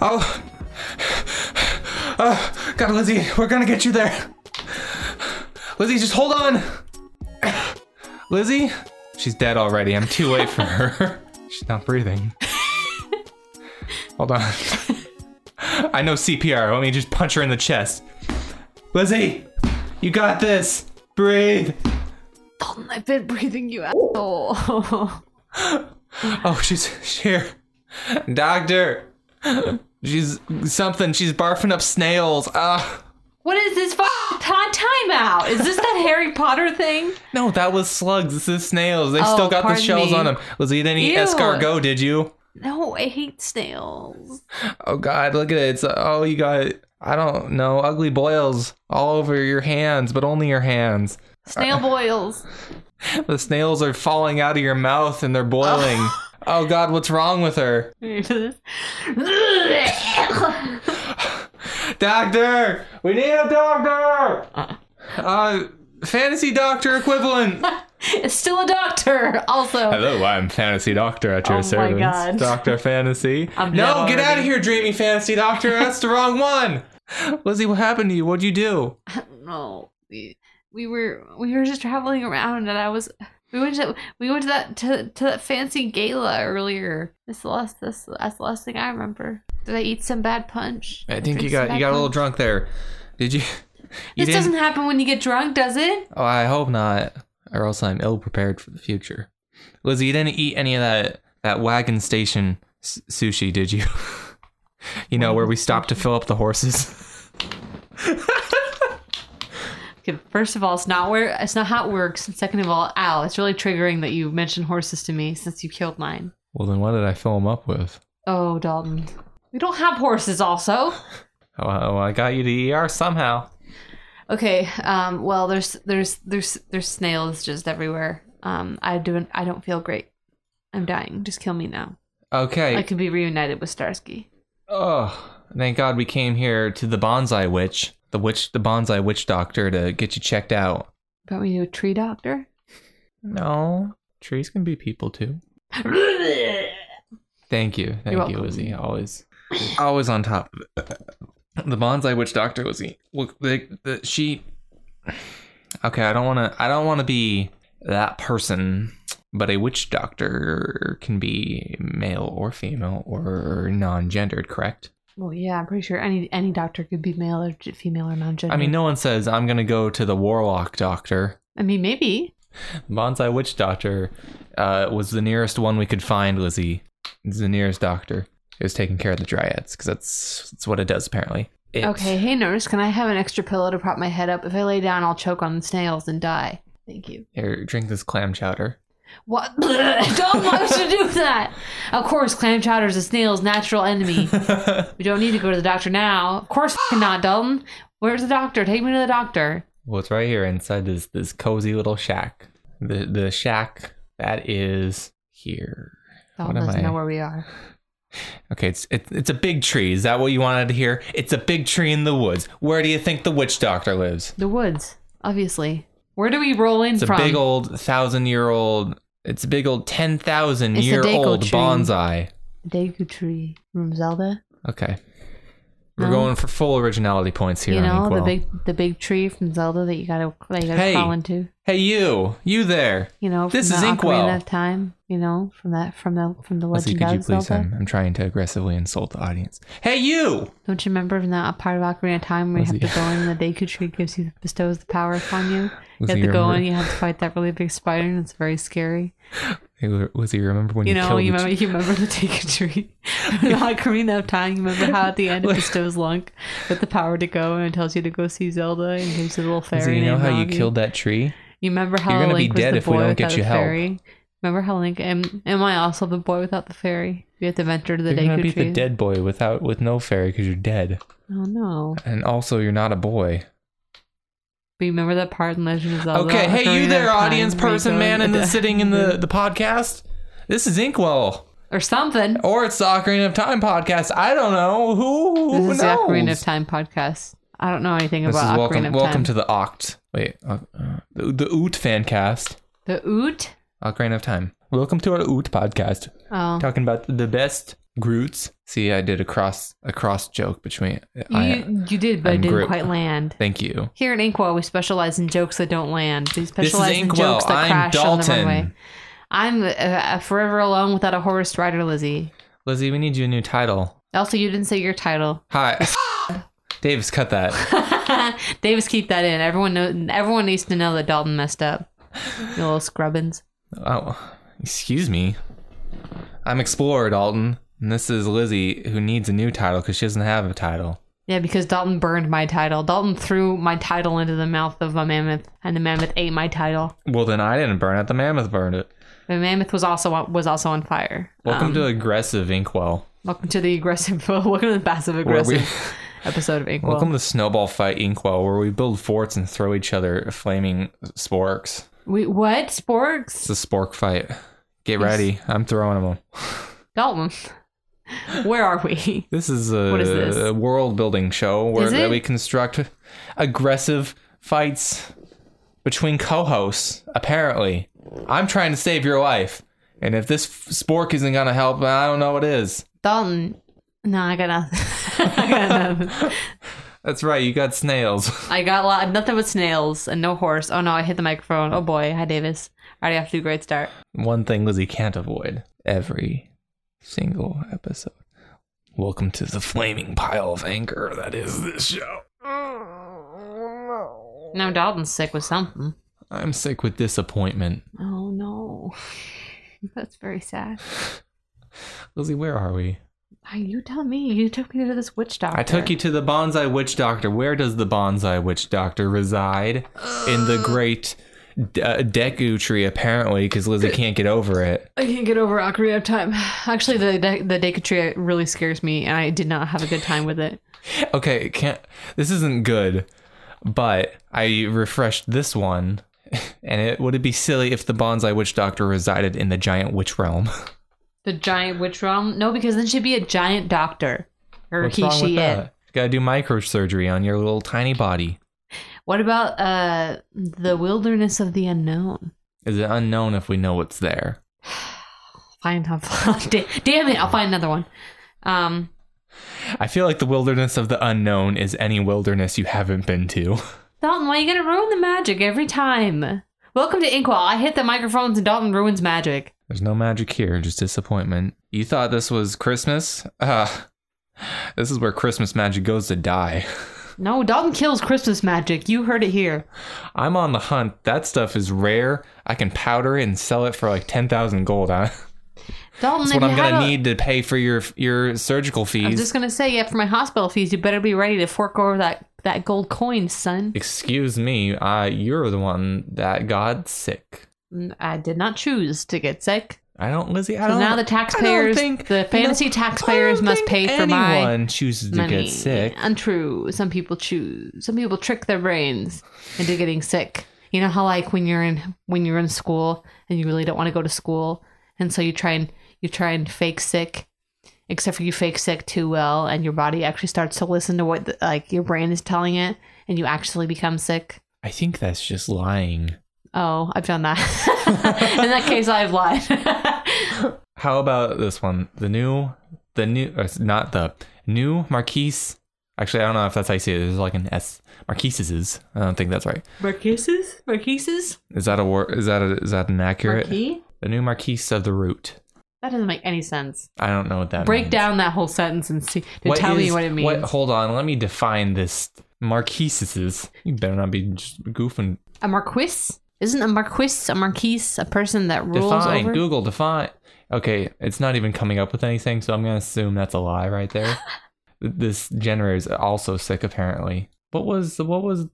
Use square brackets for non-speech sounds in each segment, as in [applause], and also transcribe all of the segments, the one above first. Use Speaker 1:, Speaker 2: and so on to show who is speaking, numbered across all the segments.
Speaker 1: Oh. Oh, God, Lizzie, we're gonna get you there. Lizzie, just hold on. Lizzie, she's dead already. I'm too late for her. [laughs] she's not breathing. hold on. I know CPR. Let me just punch her in the chest. Lizzie, you got this. Breathe.
Speaker 2: Colton, I've been breathing
Speaker 1: [laughs]
Speaker 2: you out.
Speaker 1: Oh, she's here. Doctor. She's something. She's barfing up snails. Ah.
Speaker 2: what is this fucking time timeout? Is this
Speaker 1: [laughs]
Speaker 2: that Harry Potter thing?
Speaker 1: No, that was slugs. This is snails. They've
Speaker 2: Oh,
Speaker 1: still got the
Speaker 2: pardon
Speaker 1: shells
Speaker 2: me.
Speaker 1: on them. Lizzie, you didn't eat
Speaker 2: Ew.
Speaker 1: escargot, did you?
Speaker 2: No, I hate snails.
Speaker 1: Oh God, look at it. It's, oh, you got I don't know ugly boils all over your hands, but only your hands.
Speaker 2: [laughs] Snail boils.
Speaker 1: The snails are falling out of your mouth and they're
Speaker 2: [laughs]
Speaker 1: boiling. oh God, what's wrong with her,
Speaker 2: Why
Speaker 1: Doctor? We need a doctor.
Speaker 2: Uh-uh.
Speaker 1: Uh, fantasy doctor equivalent.
Speaker 2: It's still a doctor. Also,
Speaker 1: Hello, I'm Fantasy Doctor at your
Speaker 2: Oh my
Speaker 1: service.
Speaker 2: God.
Speaker 1: Doctor [laughs] Fantasy.
Speaker 2: I'm
Speaker 1: no,
Speaker 2: dead
Speaker 1: get out of
Speaker 2: already.
Speaker 1: here, Dreamy Fantasy Doctor. That's the wrong one. [laughs] Lizzie, what happened to you? What'd you do?
Speaker 2: no, we, we were we were just traveling around, and I was we went to we went to that to, to that fancy gala earlier. That's the last that's, that's the last thing I remember. Did I eat some bad punch?
Speaker 1: I think you got
Speaker 2: Drink some
Speaker 1: you
Speaker 2: bad
Speaker 1: got a little
Speaker 2: punch?
Speaker 1: drunk there. Did you? [laughs] You
Speaker 2: This doesn't happen when you get drunk, does it?
Speaker 1: Oh, I hope not, or else I'm ill prepared for the future. Lizzie, you didn't eat any of that that wagon station s- sushi, did you? [laughs] you know where we stopped to fill up the horses.
Speaker 2: Okay, First of all, it's not where it's not how it works. And second of all, ow, it's really triggering that you mentioned horses to me since you killed mine.
Speaker 1: [laughs] Well, then what did I fill them up with?
Speaker 2: Oh, Dalton. We don't have horses also.
Speaker 1: Oh, well, I got you to ER somehow.
Speaker 2: Okay, um, well there's there's there's there's snails just everywhere. Um I don't I don't feel great. I'm dying. Just kill me now.
Speaker 1: Okay.
Speaker 2: I could be reunited with Starsky.
Speaker 1: Oh, thank God we came here to the bonsai witch, the witch, the bonsai witch doctor to get you checked out.
Speaker 2: Brought me to a
Speaker 1: [laughs]
Speaker 2: tree doctor.
Speaker 1: No, trees can be people too. Thank you, thank
Speaker 2: You're
Speaker 1: you,
Speaker 2: welcome.
Speaker 1: Lizzie. Always, always on top. [laughs] The bonsai witch doctor was look the, the she. Okay, I don't want to. I don't want to be that person. But a witch doctor can be male or female or non-gendered, correct?
Speaker 2: well, yeah, I'm pretty sure any any doctor could be male or g- female or non-gender.
Speaker 1: I mean, no one says I'm gonna go to the warlock doctor.
Speaker 2: I mean maybe.
Speaker 1: Bonsai Witch Doctor uh, was the nearest one we could find, Lizzie. It's the nearest doctor. It was taking care of the dryads, because that's, that's what it does, apparently. It-
Speaker 2: Okay, hey nurse, can I have an extra pillow to prop my head up? If I lay down, I'll choke on the snails and die. Thank you.
Speaker 1: Here, drink this clam chowder. [laughs]
Speaker 2: What? [laughs] don't want to do that. Of course, clam chowder is a snail's natural enemy. we don't need to go to the doctor now. Of course, f***ing not, Dalton. Where's the doctor? Take me to the doctor.
Speaker 1: Well, it's right here inside this, this cozy little shack. The, the shack that is here.
Speaker 2: Dalton
Speaker 1: What am
Speaker 2: doesn't
Speaker 1: I?
Speaker 2: know where we are.
Speaker 1: Okay, it's, it, it's a big tree. Is that what you wanted to hear? It's a big tree in the woods. Where do you think the witch doctor lives?
Speaker 2: The woods, obviously. Where do we roll in
Speaker 1: It's a
Speaker 2: from?
Speaker 1: big old thousand year old. It's a big old ten thousand
Speaker 2: It's a
Speaker 1: year
Speaker 2: Dago
Speaker 1: old
Speaker 2: tree.
Speaker 1: bonsai.
Speaker 2: Daegu tree from Zelda.
Speaker 1: Okay, we're
Speaker 2: No?
Speaker 1: going for full originality points here.
Speaker 2: You
Speaker 1: on
Speaker 2: know the
Speaker 1: Inkwell.
Speaker 2: big the big tree from Zelda that you gotta that you gotta
Speaker 1: Hey.
Speaker 2: crawl into.
Speaker 1: Hey, you, you there?
Speaker 2: You know, from
Speaker 1: This
Speaker 2: the
Speaker 1: is Inkwell.
Speaker 2: Ocarina of Time. You know, from that from the from the
Speaker 1: Lizzie,
Speaker 2: Legend
Speaker 1: could you
Speaker 2: of
Speaker 1: please? um,
Speaker 2: Zelda.
Speaker 1: I'm, I'm trying to aggressively insult the audience. Hey, you!
Speaker 2: Don't you remember in that part of Ocarina of Time where you have
Speaker 1: Lizzie.
Speaker 2: to go in and the Deku Tree gives you bestows the power upon
Speaker 1: [laughs]
Speaker 2: you? You
Speaker 1: Lizzie,
Speaker 2: have to go
Speaker 1: remember-
Speaker 2: in, you have to fight that really big spider and it's very scary.
Speaker 1: Hey, Lizzie, remember when
Speaker 2: You
Speaker 1: you,
Speaker 2: know,
Speaker 1: killed
Speaker 2: you
Speaker 1: the
Speaker 2: remember you remember the Deku Tree. [laughs] in the Ocarina of Time, you remember how at
Speaker 1: [laughs]
Speaker 2: the end it bestows Lunk with the power to go and it tells you to go see Zelda and gives you the little
Speaker 1: tr-
Speaker 2: fairy.
Speaker 1: Lizzie, you know
Speaker 2: named
Speaker 1: how you
Speaker 2: Nagi.
Speaker 1: killed that tree?
Speaker 2: You remember how
Speaker 1: gonna be
Speaker 2: Link was
Speaker 1: dead
Speaker 2: the
Speaker 1: if we
Speaker 2: boy
Speaker 1: don't get
Speaker 2: without
Speaker 1: you
Speaker 2: a
Speaker 1: help.
Speaker 2: fairy? Remember how Link am, am I also the boy without the fairy? You have to venture to the
Speaker 1: You're gonna
Speaker 2: Deku
Speaker 1: beat
Speaker 2: Tree.
Speaker 1: the dead boy without with no fairy because you're dead,
Speaker 2: Oh no.
Speaker 1: and also you're not a boy.
Speaker 2: But you remember that part in Legend of Zelda?
Speaker 1: Okay, hey,
Speaker 2: Ocarina
Speaker 1: you
Speaker 2: of
Speaker 1: there,
Speaker 2: Time,
Speaker 1: audience
Speaker 2: where you go
Speaker 1: person, man,
Speaker 2: to
Speaker 1: and
Speaker 2: [laughs]
Speaker 1: the,
Speaker 2: the-
Speaker 1: sitting in the, the podcast. This is Inkwell.
Speaker 2: or something.
Speaker 1: Or it's the Ocarina of Time podcast. I don't know. Who, who
Speaker 2: this is
Speaker 1: knows?
Speaker 2: the Ocarina of Time podcast. I don't know anything
Speaker 1: This is
Speaker 2: about
Speaker 1: welcome,
Speaker 2: Ocarina of
Speaker 1: welcome
Speaker 2: Time.
Speaker 1: to the Oct. Wait, uh, uh, the, the Oot fan cast.
Speaker 2: the Oot.
Speaker 1: Ocarina of Time. Welcome to our Oot podcast.
Speaker 2: Oh,
Speaker 1: Talking about the best Groots. See, I did a cross a cross joke between. I,
Speaker 2: You, you did, but
Speaker 1: I'm
Speaker 2: it didn't
Speaker 1: grip.
Speaker 2: quite land.
Speaker 1: thank you.
Speaker 2: Here in Inkwell, we specialize in jokes that don't land. We
Speaker 1: This is
Speaker 2: specialize in
Speaker 1: Inkwell.
Speaker 2: jokes that
Speaker 1: I'm
Speaker 2: crash on the runway.
Speaker 1: Dalton.
Speaker 2: I'm uh, uh, forever alone without a horse rider, Lizzie.
Speaker 1: Lizzie, we need you a new title.
Speaker 2: Also, you didn't say your title. [laughs]
Speaker 1: Hi. Dave's cut that.
Speaker 2: Davis, keep that in. Everyone know, Everyone needs to know that Dalton messed up. You little scrubbins.
Speaker 1: Oh, excuse me. I'm Explorer Dalton, and this is Lizzie, who needs a new title because she doesn't have a title.
Speaker 2: Yeah, because Dalton burned my title. Dalton threw my title into the mouth of a mammoth, and the mammoth ate my title.
Speaker 1: Well, then I didn't burn it. The mammoth burned it.
Speaker 2: The mammoth was also on, was also on fire.
Speaker 1: Welcome
Speaker 2: Um,
Speaker 1: to aggressive Inkwell.
Speaker 2: welcome to the aggressive [laughs] welcome to the passive
Speaker 1: Where we,
Speaker 2: aggressive episode of Inkwell.
Speaker 1: welcome to snowball fight Inkwell, where we build forts and throw each other flaming sporks.
Speaker 2: Wait, what
Speaker 1: It's
Speaker 2: sporks?
Speaker 1: a spork fight. Get ready. I'm throwing them.
Speaker 2: Dalton, [laughs] where are we?
Speaker 1: This is a,
Speaker 2: What is this?
Speaker 1: a world building show where
Speaker 2: Is
Speaker 1: that
Speaker 2: it?
Speaker 1: we construct aggressive fights between co hosts, apparently. I'm trying to save your life. And if this f- spork isn't going to help, I don't know what is.
Speaker 2: Dalton, no, I got nothing. [laughs] I got nothing.
Speaker 1: That's right. You got snails. [laughs]
Speaker 2: I got lot, nothing but snails and no horse. Oh no, I hit the microphone. Oh boy, hi Davis. I already have to do a great start.
Speaker 1: One thing Lizzie can't avoid every single episode. Welcome to the flaming pile of anger that is this show.
Speaker 2: Now Dalton's sick with something.
Speaker 1: I'm sick with disappointment.
Speaker 2: Oh no, [laughs] that's very sad.
Speaker 1: Lizzie, where are we?
Speaker 2: Ah, you tell me. You took me to this witch doctor.
Speaker 1: I took you to the Bonsai Witch Doctor. Where does the Bonsai Witch Doctor reside? In the great D- uh, Deku tree, apparently, because Lizzie can't get over it.
Speaker 2: I can't get over Ocarina of Time. [sighs] Actually, the the, the Deku Tree really scares me, and I did not have a good time with it.
Speaker 1: Okay, can't. This isn't good, but I refreshed this one, [laughs] and it would it be silly if the Bonsai Witch Doctor resided in the Giant Witch Realm?
Speaker 2: The giant witch realm? No, because then she'd be a giant doctor. Or
Speaker 1: What's
Speaker 2: he,
Speaker 1: wrong
Speaker 2: she,
Speaker 1: with
Speaker 2: it.
Speaker 1: that? Gotta do microsurgery on your little tiny body.
Speaker 2: What about uh the wilderness of the unknown?
Speaker 1: Is it unknown if we know what's there?
Speaker 2: Find [laughs] da- damn it, I'll find another one. Um
Speaker 1: I feel like the wilderness of the unknown is any wilderness you haven't been to. [laughs]
Speaker 2: Dalton, why are you gonna ruin the magic every time? Welcome to Inkwell. I hit the microphones and Dalton ruins magic.
Speaker 1: There's no magic here, just disappointment. You thought this was Christmas? [laughs] Uh, this is where Christmas magic goes to die.
Speaker 2: No, Dalton kills Christmas magic. You heard it here.
Speaker 1: I'm on the hunt. That stuff is rare. I can powder it and sell it for like 10,000 gold. [laughs] Huh?
Speaker 2: Dalton,
Speaker 1: That's
Speaker 2: if
Speaker 1: what I'm
Speaker 2: you had
Speaker 1: going to
Speaker 2: a-
Speaker 1: need to pay for your your surgical
Speaker 2: I
Speaker 1: fees.
Speaker 2: was just gonna say, yeah, for my hospital fees, you better be ready to fork over that, that gold coin, son.
Speaker 1: Excuse me, uh, you're the one that got sick.
Speaker 2: I did not choose to get sick.
Speaker 1: I don't, Lizzie. I
Speaker 2: So
Speaker 1: don't.
Speaker 2: now the taxpayers,
Speaker 1: think-
Speaker 2: the fantasy
Speaker 1: I
Speaker 2: taxpayers
Speaker 1: don't
Speaker 2: must
Speaker 1: think
Speaker 2: pay for my
Speaker 1: anyone chooses to
Speaker 2: money.
Speaker 1: get sick.
Speaker 2: Untrue. Some people choose. Some people trick their brains into getting sick. You know how like when you're in when you're in school and you really don't want to go to school, and so you try and you try and fake sick, except for you fake sick too well, and your body actually starts to listen to what the, like your brain is telling it, and you actually become sick.
Speaker 1: I think that's just lying.
Speaker 2: Oh, I've done that. [laughs] in that case, I've lied. [laughs]
Speaker 1: How about this one? The new, the new, or it's not the new Marquise. Actually, I don't know if that's how you say it. There's like an S. Marquise's is. I don't think that's right.
Speaker 2: Marquises? Marquises?
Speaker 1: Is that a word? Is that a, is that an accurate?
Speaker 2: Marquis?
Speaker 1: The new Marquise of the Root.
Speaker 2: That doesn't make any sense.
Speaker 1: I don't know what that
Speaker 2: Break
Speaker 1: means.
Speaker 2: down that whole sentence and see. To
Speaker 1: What
Speaker 2: tell me
Speaker 1: is-
Speaker 2: what it means.
Speaker 1: hold on. Let me define this. Marquise's. You better not be just goofing.
Speaker 2: a marquis? Isn't a marquis a marquise a person that rules
Speaker 1: Define.
Speaker 2: over?
Speaker 1: Google define. Okay, it's not even coming up with anything, so I'm gonna assume that's a lie right
Speaker 2: [laughs]
Speaker 1: there. this generator is also sick apparently. What was the what was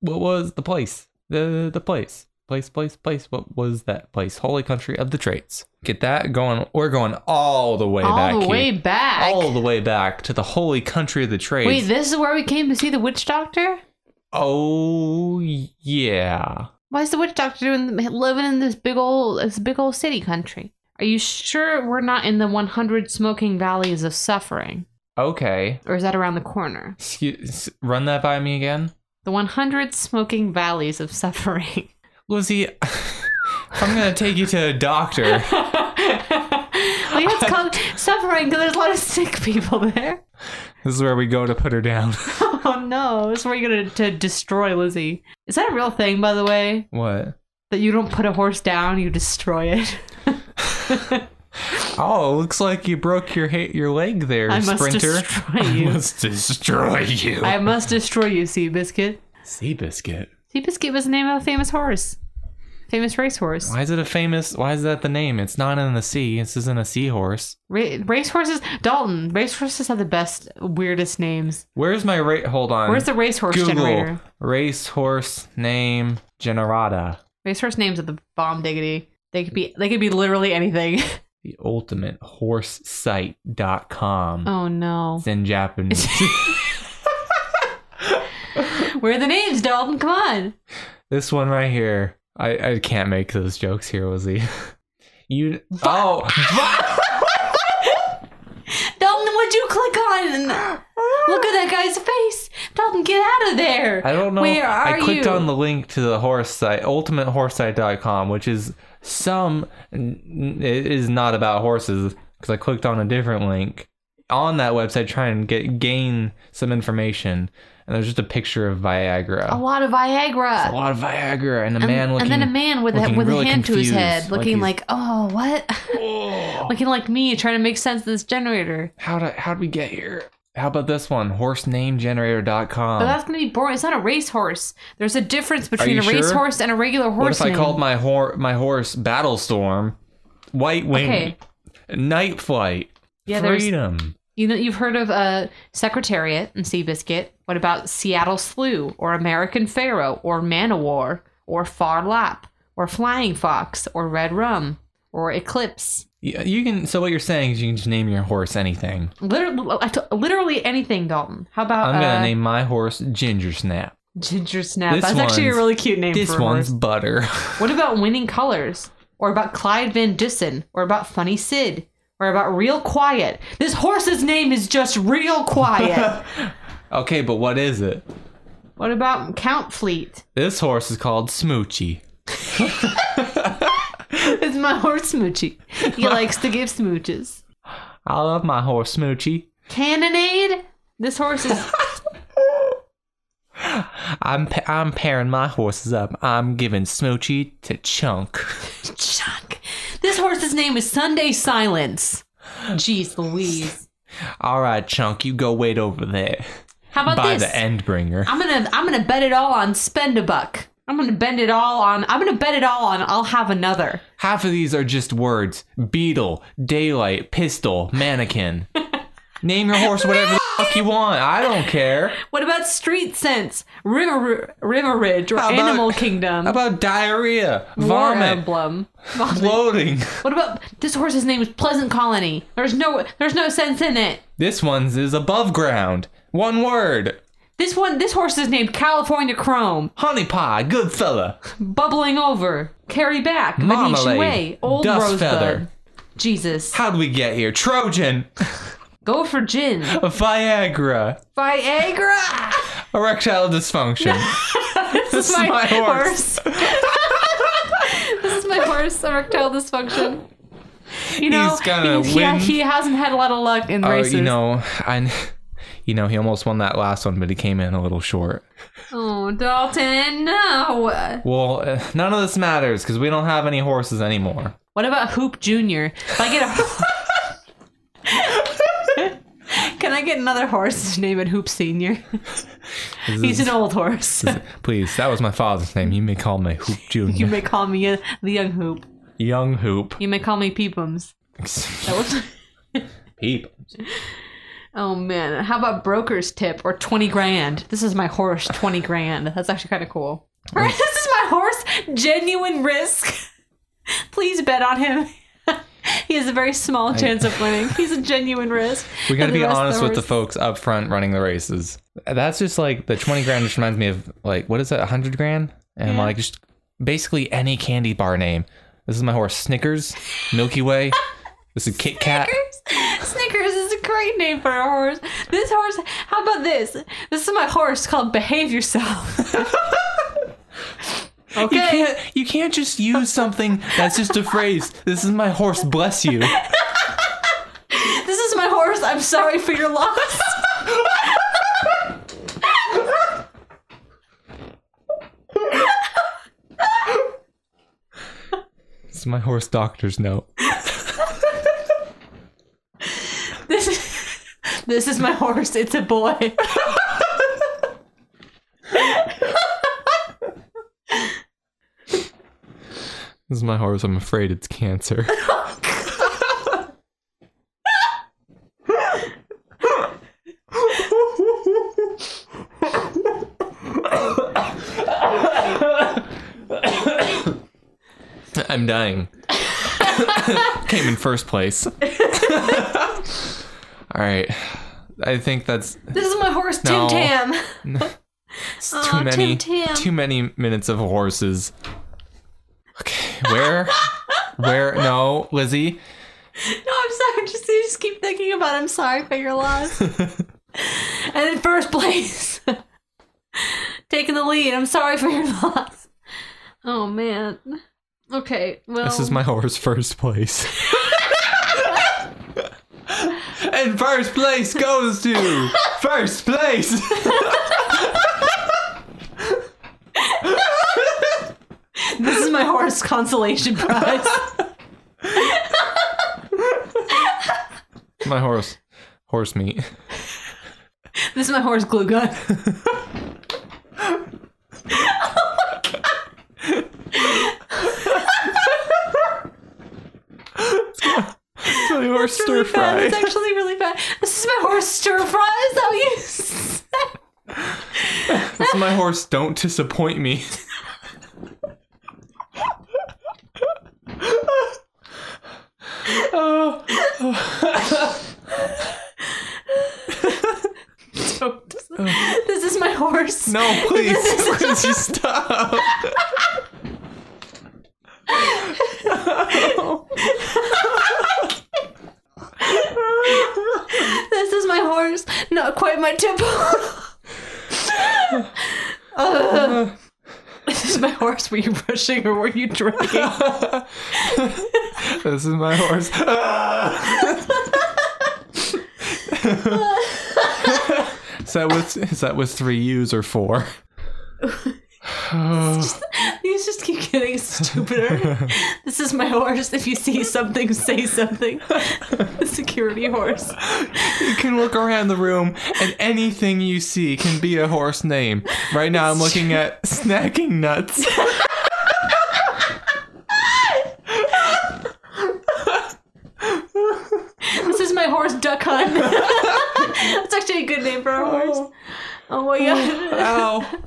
Speaker 1: what was the place? The the place. Place, place, place. What was that place? Holy country of the traits. Get that going. We're going all the way back.
Speaker 2: All the
Speaker 1: here.
Speaker 2: way back.
Speaker 1: All the way back to the holy country of the traits.
Speaker 2: Wait, this is where we came to see the witch doctor?
Speaker 1: oh yeah.
Speaker 2: Why is the witch doctor doing living in this big old this big old city country? Are you sure we're not in the 100 smoking valleys of suffering?
Speaker 1: Okay.
Speaker 2: Or is that around the corner?
Speaker 1: Excuse, run that by me again.
Speaker 2: The 100 smoking valleys of suffering. [laughs]
Speaker 1: [laughs] Lizzie, I'm gonna take you to a doctor. [laughs]
Speaker 2: well, yeah, it's called. So suffering because there's a lot of sick people there.
Speaker 1: This is where we go to put her down. [laughs]
Speaker 2: [laughs] Oh no, this is where you're gonna to destroy Lizzie. Is that a real thing, by the way?
Speaker 1: What?
Speaker 2: That you don't put a horse down, you destroy it.
Speaker 1: Oh, it looks like you broke your ha- your leg there,
Speaker 2: I must
Speaker 1: sprinter. [laughs]
Speaker 2: destroy you.
Speaker 1: must destroy you.
Speaker 2: I must destroy you, Seabiscuit.
Speaker 1: Seabiscuit.
Speaker 2: Seabiscuit was the name of a famous horse, famous racehorse.
Speaker 1: Why is it a famous? Why is that the name? It's not in the sea. This isn't a seahorse.
Speaker 2: Ra- racehorses, Dalton. Racehorses have the best, weirdest names.
Speaker 1: Where's my rate? Hold on.
Speaker 2: Where's the racehorse
Speaker 1: Google
Speaker 2: generator?
Speaker 1: racehorse name generata?
Speaker 2: Racehorse names are the bomb diggity. They could be, they could be literally anything. [laughs]
Speaker 1: The ultimate horse site.com. [laughs]
Speaker 2: oh no, [laughs]
Speaker 1: It's in Japanese.
Speaker 2: where are the names, Dalton? Come on.
Speaker 1: this one right here. I, I can't make those jokes here, Lizzie. [laughs] You oh
Speaker 2: Dalton, what'd you click on? Look at that guy's face. Dalton, get out of there.
Speaker 1: I don't know.
Speaker 2: Where are
Speaker 1: I clicked
Speaker 2: you?
Speaker 1: on the link to the horse site, ultimatehorsesite.com, which is some. n- It is not about horses because I clicked on a different link on that website trying to get gain some information, and there's just a picture of Viagra.
Speaker 2: a lot of Viagra.
Speaker 1: a lot of Viagra and a man looking.
Speaker 2: and then a man with a,
Speaker 1: looking
Speaker 2: with
Speaker 1: really
Speaker 2: a hand to
Speaker 1: confused,
Speaker 2: his head,
Speaker 1: like
Speaker 2: looking
Speaker 1: he's-
Speaker 2: like, oh, what? [laughs]
Speaker 1: Oh,
Speaker 2: looking like me, trying to make sense of this generator.
Speaker 1: how do how would we get here? How about this one?
Speaker 2: but
Speaker 1: Horsenamegenerator.com.
Speaker 2: that's gonna be boring. It's not a racehorse. There's a difference between
Speaker 1: Um, you
Speaker 2: a
Speaker 1: sure?
Speaker 2: racehorse and a regular horse.
Speaker 1: What if I
Speaker 2: name.
Speaker 1: called my hor- my horse Battlestorm, White Wing,
Speaker 2: Okay.
Speaker 1: Night Flight,
Speaker 2: Yeah, there's-
Speaker 1: Freedom?
Speaker 2: You know, you've heard of uh, Secretariat and Seabiscuit. What about Seattle Slew or American Pharaoh or Man o' War or Far Lap or Flying Fox or Red Rum or Eclipse?
Speaker 1: Yeah, you can. So what you're saying is you can just name your horse anything.
Speaker 2: Literally, literally anything, Dalton. How about
Speaker 1: I'm gonna
Speaker 2: uh,
Speaker 1: name my horse Ginger Snap.
Speaker 2: Ginger Snap?
Speaker 1: this
Speaker 2: That's actually a
Speaker 1: one's-
Speaker 2: really cute name
Speaker 1: This
Speaker 2: for a
Speaker 1: one's
Speaker 2: horse.
Speaker 1: Butter. [laughs]
Speaker 2: What about Winning Colors? Or about Clyde Van Dusen? Or about Funny Sid? Or about Real Quiet? This horse's name is just
Speaker 1: [laughs]
Speaker 2: Real Quiet.
Speaker 1: okay, but what is it?
Speaker 2: what about Count Fleet?
Speaker 1: This horse is called Smoochie.
Speaker 2: It's my horse Smoochie. He likes to give smooches.
Speaker 1: I love my horse Smoochie.
Speaker 2: Cannonade? This
Speaker 1: [laughs]
Speaker 2: horse is [laughs]
Speaker 1: I'm pa- I'm pairing my horses up. I'm giving Smoochie to Chunk. [laughs]
Speaker 2: Chuck. This horse's name is Sunday Silence. Jeez Louise.
Speaker 1: All right, Chunk, you go wait over there
Speaker 2: How about
Speaker 1: by
Speaker 2: this?
Speaker 1: the end bringer.
Speaker 2: I'm gonna I'm gonna bet it all on spend a buck. I'm gonna bend it all on I'm gonna bet it all on I'll have another.
Speaker 1: Half of these are just words: beetle, daylight, pistol,
Speaker 2: [laughs]
Speaker 1: mannequin. Name your horse whatever the fuck you want. I don't care.
Speaker 2: What about Street Sense? River River Ridge
Speaker 1: [laughs]
Speaker 2: or
Speaker 1: How about-
Speaker 2: Animal Kingdom?
Speaker 1: How about diarrhea,
Speaker 2: War
Speaker 1: vomit,
Speaker 2: emblem.
Speaker 1: bloating?
Speaker 2: What about this horse's name is Pleasant Colony? There's no there's no sense in it.
Speaker 1: [laughs] This one's is above ground. One word.
Speaker 2: This one, this horse is named California Chrome,
Speaker 1: Honey pie, good fella.
Speaker 2: bubbling over, carry back, Venetian
Speaker 1: Marmalade,
Speaker 2: way, old
Speaker 1: dust
Speaker 2: rosebud.
Speaker 1: feather.
Speaker 2: Jesus,
Speaker 1: How'd we get here? Trojan, [laughs]
Speaker 2: go for gin,
Speaker 1: Viagra, [laughs]
Speaker 2: Viagra.
Speaker 1: erectile dysfunction.
Speaker 2: [laughs] this,
Speaker 1: is my horse. [laughs]
Speaker 2: this is my horse, erectile dysfunction. You know,
Speaker 1: He's gonna
Speaker 2: he- yeah,
Speaker 1: win.
Speaker 2: he hasn't had a lot of luck in
Speaker 1: Oh,
Speaker 2: races.
Speaker 1: you know, I, you know, he almost won that last one, but he came in a little short.
Speaker 2: Oh, Dalton, no.
Speaker 1: Well, uh, none of this matters because we don't have any horses anymore.
Speaker 2: What about Hoop Junior? If I get
Speaker 1: [laughs]
Speaker 2: a, [laughs] can I get another horse's name at Hoop Senior?
Speaker 1: This
Speaker 2: He's
Speaker 1: is-
Speaker 2: an old horse.
Speaker 1: [laughs] Please, that was my father's name. You may call me Hoop Junior.
Speaker 2: [laughs] You may call me uh, the young hoop.
Speaker 1: Young Hoop.
Speaker 2: [laughs] You may call me Peepums. That was- [laughs]
Speaker 1: Peep.
Speaker 2: oh man, how about broker's tip or twenty grand? This is my horse, twenty grand. That's actually kind of cool.
Speaker 1: Oh.
Speaker 2: [laughs] this is my horse, genuine risk. Please bet on him. [laughs] he has a very small chance of winning. He's a genuine risk.
Speaker 1: We got to
Speaker 2: And the
Speaker 1: be
Speaker 2: rest of
Speaker 1: honest with the
Speaker 2: horse-
Speaker 1: folks up front running the races. That's just like the 20 grand just reminds me of like what is that 100 grand and like just basically any candy bar name. This is my horse Snickers, Milky
Speaker 2: [laughs]
Speaker 1: Way. this is Kit Kat.
Speaker 2: Snickers. Snickers is a great name for a horse. This horse, how about this? This is my horse called Behave
Speaker 1: [laughs]
Speaker 2: Yourself.
Speaker 1: You
Speaker 2: okay.
Speaker 1: can't you can't just
Speaker 2: [laughs]
Speaker 1: use something that's just a phrase. This is my horse bless you.
Speaker 2: This I'm sorry for
Speaker 1: [laughs]
Speaker 2: your loss.
Speaker 1: It's my horse doctor's note.
Speaker 2: This is this is my horse. It's a boy.
Speaker 1: This is my horse. I'm afraid it's
Speaker 2: [laughs]
Speaker 1: cancer. I'm
Speaker 2: [laughs]
Speaker 1: dying. Came in first place. All right. I think that's
Speaker 2: This is my horse, Tim
Speaker 1: No.
Speaker 2: Tam.
Speaker 1: it's
Speaker 2: Aw,
Speaker 1: too many
Speaker 2: Tim Tam.
Speaker 1: too many minutes of horses. Okay, where where no, Lizzie.
Speaker 2: No, I'm sorry. Just you just keep thinking about. I'm sorry for
Speaker 1: [laughs]
Speaker 2: your loss. and in first place, [laughs] taking the lead. I'm sorry for your loss. Oh man. Okay. Well,
Speaker 1: This is my horse first place. [laughs] and first place goes to first place.
Speaker 2: [laughs] this is my horse consolation
Speaker 1: [laughs]
Speaker 2: prize.
Speaker 1: [laughs] my horse horse meat.
Speaker 2: this is my horse glue gun.
Speaker 1: [laughs] It's my horse stir
Speaker 2: really bad.
Speaker 1: fry.
Speaker 2: It's actually really bad. This is my horse stir fry. Is that [laughs] what you said?
Speaker 1: This
Speaker 2: [laughs]
Speaker 1: is my horse don't disappoint me. oh,
Speaker 2: This is my horse.
Speaker 1: no, please. Lizzie, stop.
Speaker 2: This is my horse. Not quite my [laughs] tempo. Ugh. this is my horse. Were you brushing or were you [laughs] drinking?
Speaker 1: [laughs] This is my horse. is that with is that with three U's or four?
Speaker 2: These just keep getting stupider. [laughs] this is my horse. If you see something, say [laughs] something. The security horse.
Speaker 1: You can look around the room, and anything you see can be a horse name. Right now, I'm looking at snacking nuts.
Speaker 2: This is my horse, Duck Hunt. [laughs] That's actually a good name for a horse. Oh my [sighs] god.
Speaker 1: Ow!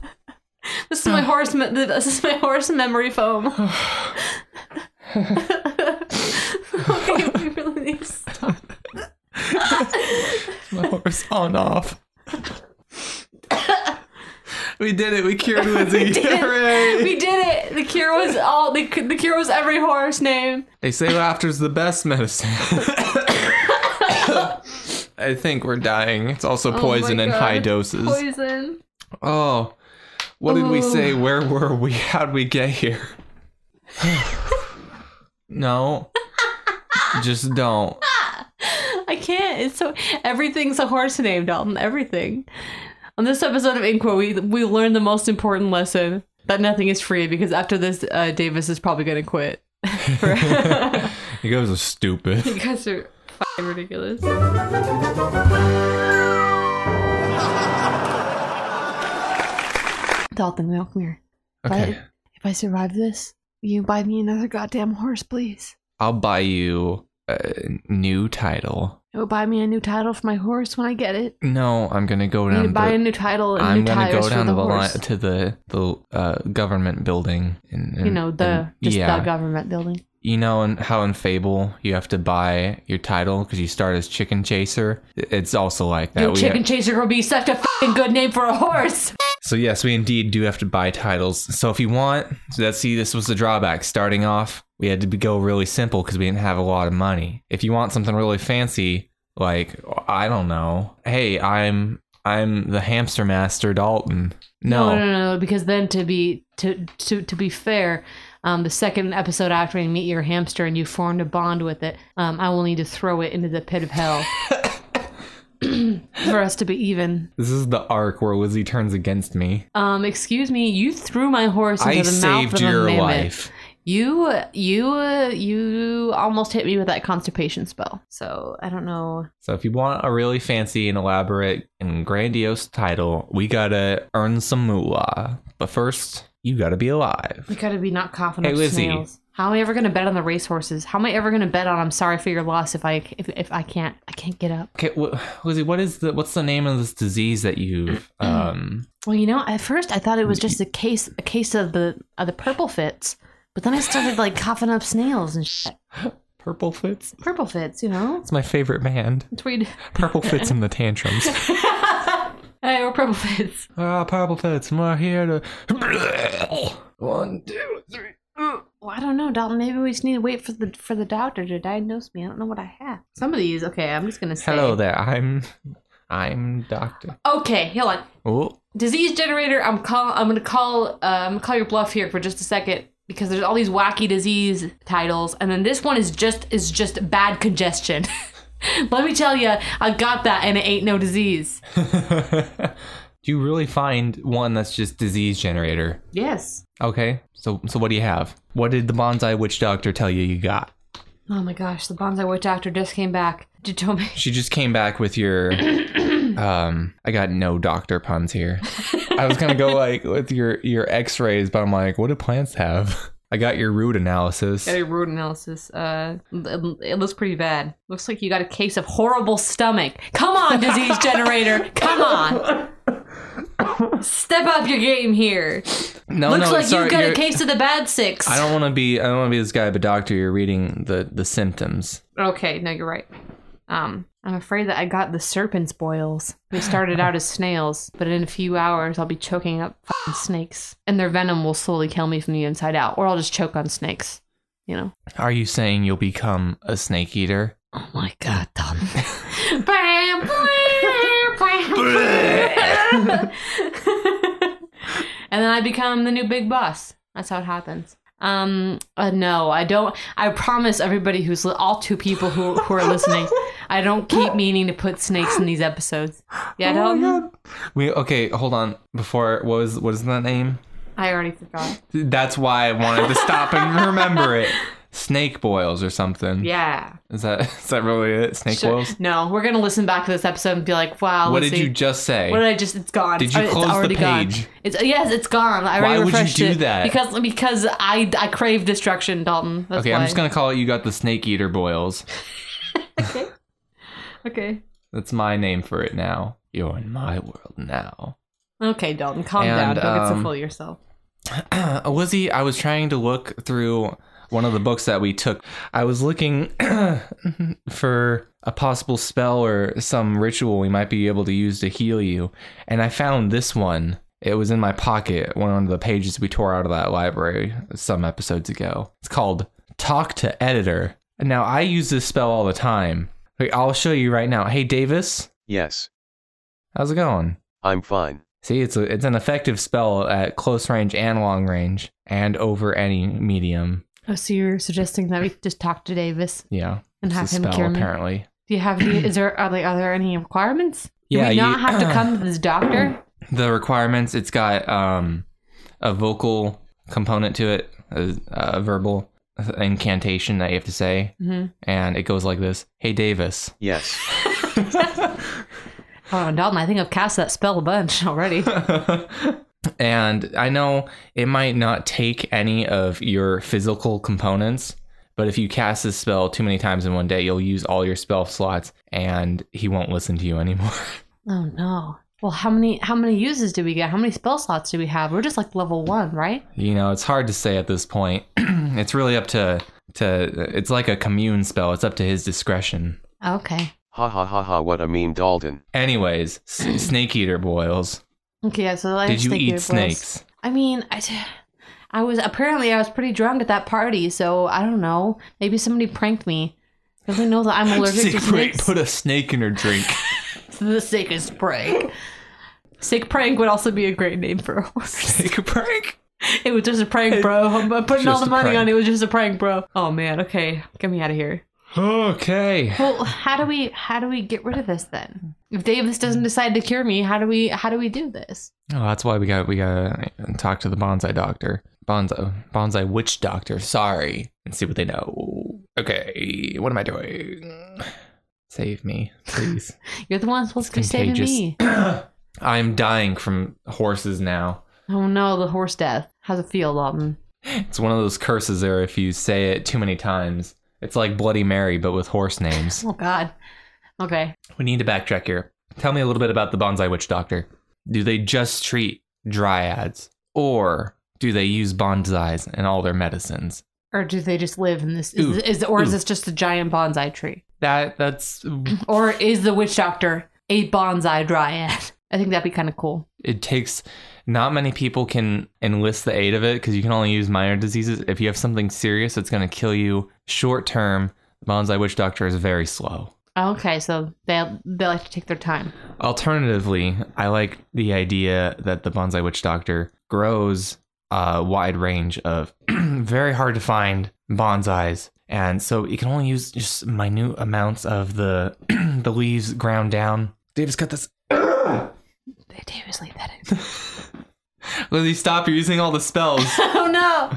Speaker 2: This is my horse. Me- this is my horse memory [sighs] foam. [laughs] okay, we really need to stop.
Speaker 1: My horse on
Speaker 2: [laughs]
Speaker 1: off. we did it. We cured Lizzie.
Speaker 2: did it.
Speaker 1: Hooray!
Speaker 2: We did it. The cure was all. The, the cure was every horse name.
Speaker 1: They say laughter's the best medicine. [coughs] I think we're dying. It's
Speaker 2: Oh
Speaker 1: also poison in
Speaker 3: God.
Speaker 1: high doses.
Speaker 3: Poison.
Speaker 1: Oh, what did we
Speaker 2: Ooh.
Speaker 1: say? Where were we? [laughs] How'd we get here? [sighs] no. Just don't.
Speaker 2: I can't. It's so everything's a horse name, Dalton. Everything. On this episode of Inqua, we we learned the most important lesson that nothing is free because after this, uh, Davis is probably
Speaker 3: [laughs]
Speaker 2: gonna quit.
Speaker 1: You guys are stupid.
Speaker 3: You
Speaker 2: [laughs]
Speaker 3: guys are f***ing ridiculous.
Speaker 2: Dalton, now come here.
Speaker 1: Okay.
Speaker 2: But- If I survive this, will you buy me another goddamn horse, please.
Speaker 1: I'll buy you a new title.
Speaker 2: It will buy me a new title for my horse when I get it.
Speaker 1: No, I'm gonna go
Speaker 2: I need to
Speaker 1: down
Speaker 2: buy a
Speaker 1: the.
Speaker 2: new title and
Speaker 1: I'm
Speaker 2: new
Speaker 1: gonna
Speaker 2: tires
Speaker 1: go down
Speaker 2: for
Speaker 1: the,
Speaker 2: the,
Speaker 1: line
Speaker 2: horse.
Speaker 1: to the the uh, government building. And,
Speaker 2: you
Speaker 1: and-
Speaker 2: know the
Speaker 1: and-
Speaker 2: just
Speaker 1: yeah.
Speaker 2: the government building.
Speaker 1: You know and how in Fable you have to buy your title because you start as Chicken Chaser. It's also like that.
Speaker 2: Yo,
Speaker 1: We-
Speaker 2: chicken chaser will be such a fucking good name for a
Speaker 1: [laughs]
Speaker 2: horse.
Speaker 1: So yes, we indeed do have to buy titles. So if you want, so let's see, this was the drawback. Starting off, we had to be- go really simple because we didn't have a lot of money. If you want something really fancy, like I don't know, hey, I'm I'm the hamster master Dalton. No,
Speaker 2: No, no, no, no, because then to be to to to be fair, um, the second episode after you meet
Speaker 1: [laughs]
Speaker 2: your hamster and you formed a bond with it, um, I will need to throw it into the pit of hell. for us to be even.
Speaker 1: This is the arc where Lizzie turns against me.
Speaker 2: Um, excuse me, you threw my horse into
Speaker 1: I
Speaker 2: the mouth
Speaker 1: saved
Speaker 2: of a
Speaker 1: your
Speaker 2: mammoth.
Speaker 1: life.
Speaker 2: You, you, uh, you almost hit me with that constipation spell. So I don't know.
Speaker 1: So if you want a really fancy and elaborate and grandiose title, we gotta earn some moolah. But first, you gotta be
Speaker 2: We
Speaker 1: alive.
Speaker 2: gotta be not coughing
Speaker 1: Hey,
Speaker 2: up
Speaker 1: Lizzie.
Speaker 2: snails. How am I ever gonna bet on the racehorses? How am I ever gonna bet on? I'm sorry for your loss if I if, if I can't I can't get up.
Speaker 1: Okay, wh- Lizzie, what is the what's the name of this disease that [clears throat] you've um?
Speaker 2: Well, you know, at first I thought it was just a case a case of the of the purple fits, but then I started like coughing up snails and shit.
Speaker 1: Purple Fits.
Speaker 2: Purple fits, you know.
Speaker 1: It's my favorite band.
Speaker 2: That's what we do.
Speaker 1: Purple Fits and the Tantrums.
Speaker 2: [laughs] Hey, we're purple fits.
Speaker 1: [laughs] Ah, Purple Fits. We're here to. [laughs] One, two, three.
Speaker 2: Oh, Well, I don't know, Dalton. Maybe we just need to wait for the for the doctor to diagnose me. I don't know what I have. Some of these, okay. I'm just gonna say.
Speaker 1: Hello there. I'm, I'm Doctor.
Speaker 2: Okay, hold on.
Speaker 1: Oh,
Speaker 2: disease generator i'm call i'm gonna call uh, i'm gonna call your bluff here for just a second because there's all these wacky disease titles and then this one is just is just bad congestion [laughs] let me tell you i got that and it ain't no disease
Speaker 1: [laughs] do you really find one that's just disease generator?
Speaker 2: yes
Speaker 1: Okay. So, so what do you have? What did the bonsai witch doctor tell you you got?
Speaker 2: oh my gosh the bonsai witch doctor just came back she told me
Speaker 1: She just came back with your. um, I got no doctor puns here. I was gonna go like with your your X-rays, but I'm like, what do plants have? I got your root analysis.
Speaker 2: got a root analysis uh it it looks pretty bad looks like you got a case of horrible stomach come on disease generator come on step up your game here
Speaker 1: No,
Speaker 2: Looks
Speaker 1: Oh, no,
Speaker 2: like
Speaker 1: sorry,
Speaker 2: you've got a
Speaker 1: you're-
Speaker 2: case of the bad six.
Speaker 1: I don't want to be. I don't want to be this guy, but doctor, you're reading the the symptoms.
Speaker 2: Okay, no, you're right. Um, I'm afraid that I got the serpent's boils. They started out as snails, but in a few hours I'll be choking up fucking snakes, and their venom will slowly kill me from the inside out, or I'll just choke on snakes. You know.
Speaker 1: Are you saying you'll become a snake eater?
Speaker 2: Oh my god,
Speaker 1: [laughs]
Speaker 2: Tom. Bam, bam, bam. and then I become the new big boss. That's how it happens. Um, uh, no, I don't. I promise everybody who's li- all two people who, who are listening, I don't keep meaning to put snakes in these episodes. Yeah,
Speaker 1: Oh
Speaker 2: Dalton?
Speaker 1: my God. We okay. Hold on. Before what was what is that name?
Speaker 2: I already forgot.
Speaker 1: That's why I wanted to stop
Speaker 2: [laughs]
Speaker 1: and remember it. Snake boils or something.
Speaker 2: Yeah.
Speaker 1: Is that is that really it? Snake
Speaker 2: Sure.
Speaker 1: boils.
Speaker 2: No, we're gonna listen back to this episode and be like, wow.
Speaker 1: What
Speaker 2: let's
Speaker 1: did
Speaker 2: see.
Speaker 1: you just say?
Speaker 2: What did I just? It's gone.
Speaker 1: Did
Speaker 2: It's-
Speaker 1: you
Speaker 2: it's
Speaker 1: close the
Speaker 2: already
Speaker 1: page?
Speaker 2: Gone. It's yes, it's gone.
Speaker 1: Why
Speaker 2: I already
Speaker 1: would you
Speaker 2: refreshed
Speaker 1: do
Speaker 2: it.
Speaker 1: that?
Speaker 2: Because because I I crave destruction, Dalton. That's
Speaker 1: okay,
Speaker 2: why.
Speaker 1: I'm just gonna call it. You got the snake eater boils.
Speaker 2: Okay.
Speaker 1: That's my name for it now. You're in my world now.
Speaker 2: Okay, Dalton, calm down.
Speaker 1: And,
Speaker 2: Don't get so
Speaker 1: um,
Speaker 2: full of yourself.
Speaker 1: [clears throat] Lizzie, I was trying to look through one of the books that we took. I was looking [clears throat] for a possible spell or some ritual we might be able to use to heal you, and I found this one. It was in my pocket, one of the pages we tore out of that library some episodes ago. It's called Talk to Editor. Now, I use this spell all the time. Wait, I'll show you right now. Hey, Davis,
Speaker 4: Yes,
Speaker 1: how's it going?
Speaker 4: I'm fine.
Speaker 1: See, it's a, it's an effective spell at close range and long range, and over any medium.
Speaker 2: Oh, so you're suggesting that we just talk to Davis
Speaker 1: Yeah,
Speaker 2: and
Speaker 1: it's a
Speaker 2: have him
Speaker 1: spell
Speaker 2: cure me?
Speaker 1: apparently.
Speaker 2: Do you have? Any, is there are there, are there any requirements? Do we not
Speaker 1: you-
Speaker 2: have [clears throat] to come to
Speaker 1: [clears throat]
Speaker 2: this doctor?
Speaker 1: The requirements. It's got um, a vocal component to it, a, a verbal incantation that you have to say,
Speaker 2: hmm
Speaker 1: and it goes like this: "Hey, Davis."
Speaker 4: Yes,
Speaker 2: Oh, Dalton, I think I've cast that spell a bunch
Speaker 1: [laughs]
Speaker 2: already.
Speaker 1: and I know it might not take any of your physical components, but if you cast this spell too many times in one day, you'll use all your spell slots and he won't listen to you anymore. [laughs]
Speaker 2: oh no. Well, how many how many uses do we get? How many spell slots do we have? We're just like level one, right?
Speaker 1: you know, it's hard to say at this point. [clears throat] it's really up to to it's like a commune spell. It's up to his discretion.
Speaker 2: Okay.
Speaker 4: ha ha ha ha, what a meme, Dalton.
Speaker 1: Anyways, [clears throat] s- snake eater boils.
Speaker 2: Okay, yeah, so I
Speaker 1: Did
Speaker 2: just
Speaker 1: you
Speaker 2: think it
Speaker 1: eat
Speaker 2: was-
Speaker 1: snakes?
Speaker 2: I mean, I, d- I was apparently I was pretty drunk at that party, so I don't know. Maybe somebody pranked me because they know that
Speaker 1: [laughs]
Speaker 2: I'm allergic to
Speaker 1: Sick prank
Speaker 2: snakes. [laughs]
Speaker 1: put a snake in her [laughs] drink.
Speaker 2: the sickest prank. Sick prank would also be a great name for a
Speaker 1: [laughs]
Speaker 2: horse.
Speaker 1: Sick prank.
Speaker 2: It was just a prank, bro. I'm I'm putting all
Speaker 1: Just a
Speaker 2: the money
Speaker 1: prank.
Speaker 2: on it. It was just a prank, bro. Oh man. Okay, get me out of here.
Speaker 1: Okay.
Speaker 2: Well, how do we how do we get rid of this then? If Davis doesn't decide to cure me, how do we how do we do this?
Speaker 1: Oh, that's why we got we gotta talk to the bonsai doctor, bonsai bonsai witch doctor. Sorry, and see what they know. Okay, what am I doing? Save me, please. [coughs]
Speaker 2: You're the one supposed to be
Speaker 1: It's
Speaker 2: saving
Speaker 1: contagious.
Speaker 2: me.
Speaker 1: I'm dying from horses now.
Speaker 2: Oh no, the horse death. How's it feel, Lawton?
Speaker 1: It's one of those curses there if you say it too many times. It's like Bloody Mary, but with horse
Speaker 2: [coughs]
Speaker 1: names.
Speaker 2: Oh God. Okay.
Speaker 1: We need to backtrack here. Tell me a little bit about the Bonsai Witch Doctor. Do they just treat dryads, or do they use bonsais in all their medicines?
Speaker 2: Or do they just live in this?
Speaker 1: Ooh.
Speaker 2: Is, is or is
Speaker 1: Ooh.
Speaker 2: this just a giant bonsai tree?
Speaker 1: That that's
Speaker 2: Or is the witch doctor a bonsai dryad? [laughs] I think that'd be kind of cool.
Speaker 1: it takes not many people can enlist the aid of it because you can only use minor diseases. If you have something serious that's going to kill you short term, the Bonsai Witch Doctor is very slow.
Speaker 2: Okay, so they they like to take their time.
Speaker 1: Alternatively, I like the idea that the Bonsai Witch Doctor grows a wide range of [clears throat] very hard to find bonsais. And so you can only use just minute amounts of the [clears throat] the leaves ground down. Davis, cut this.
Speaker 2: They Davis leave that in.
Speaker 1: Lizzie, stop. You're using all the spells.
Speaker 2: [laughs] oh no.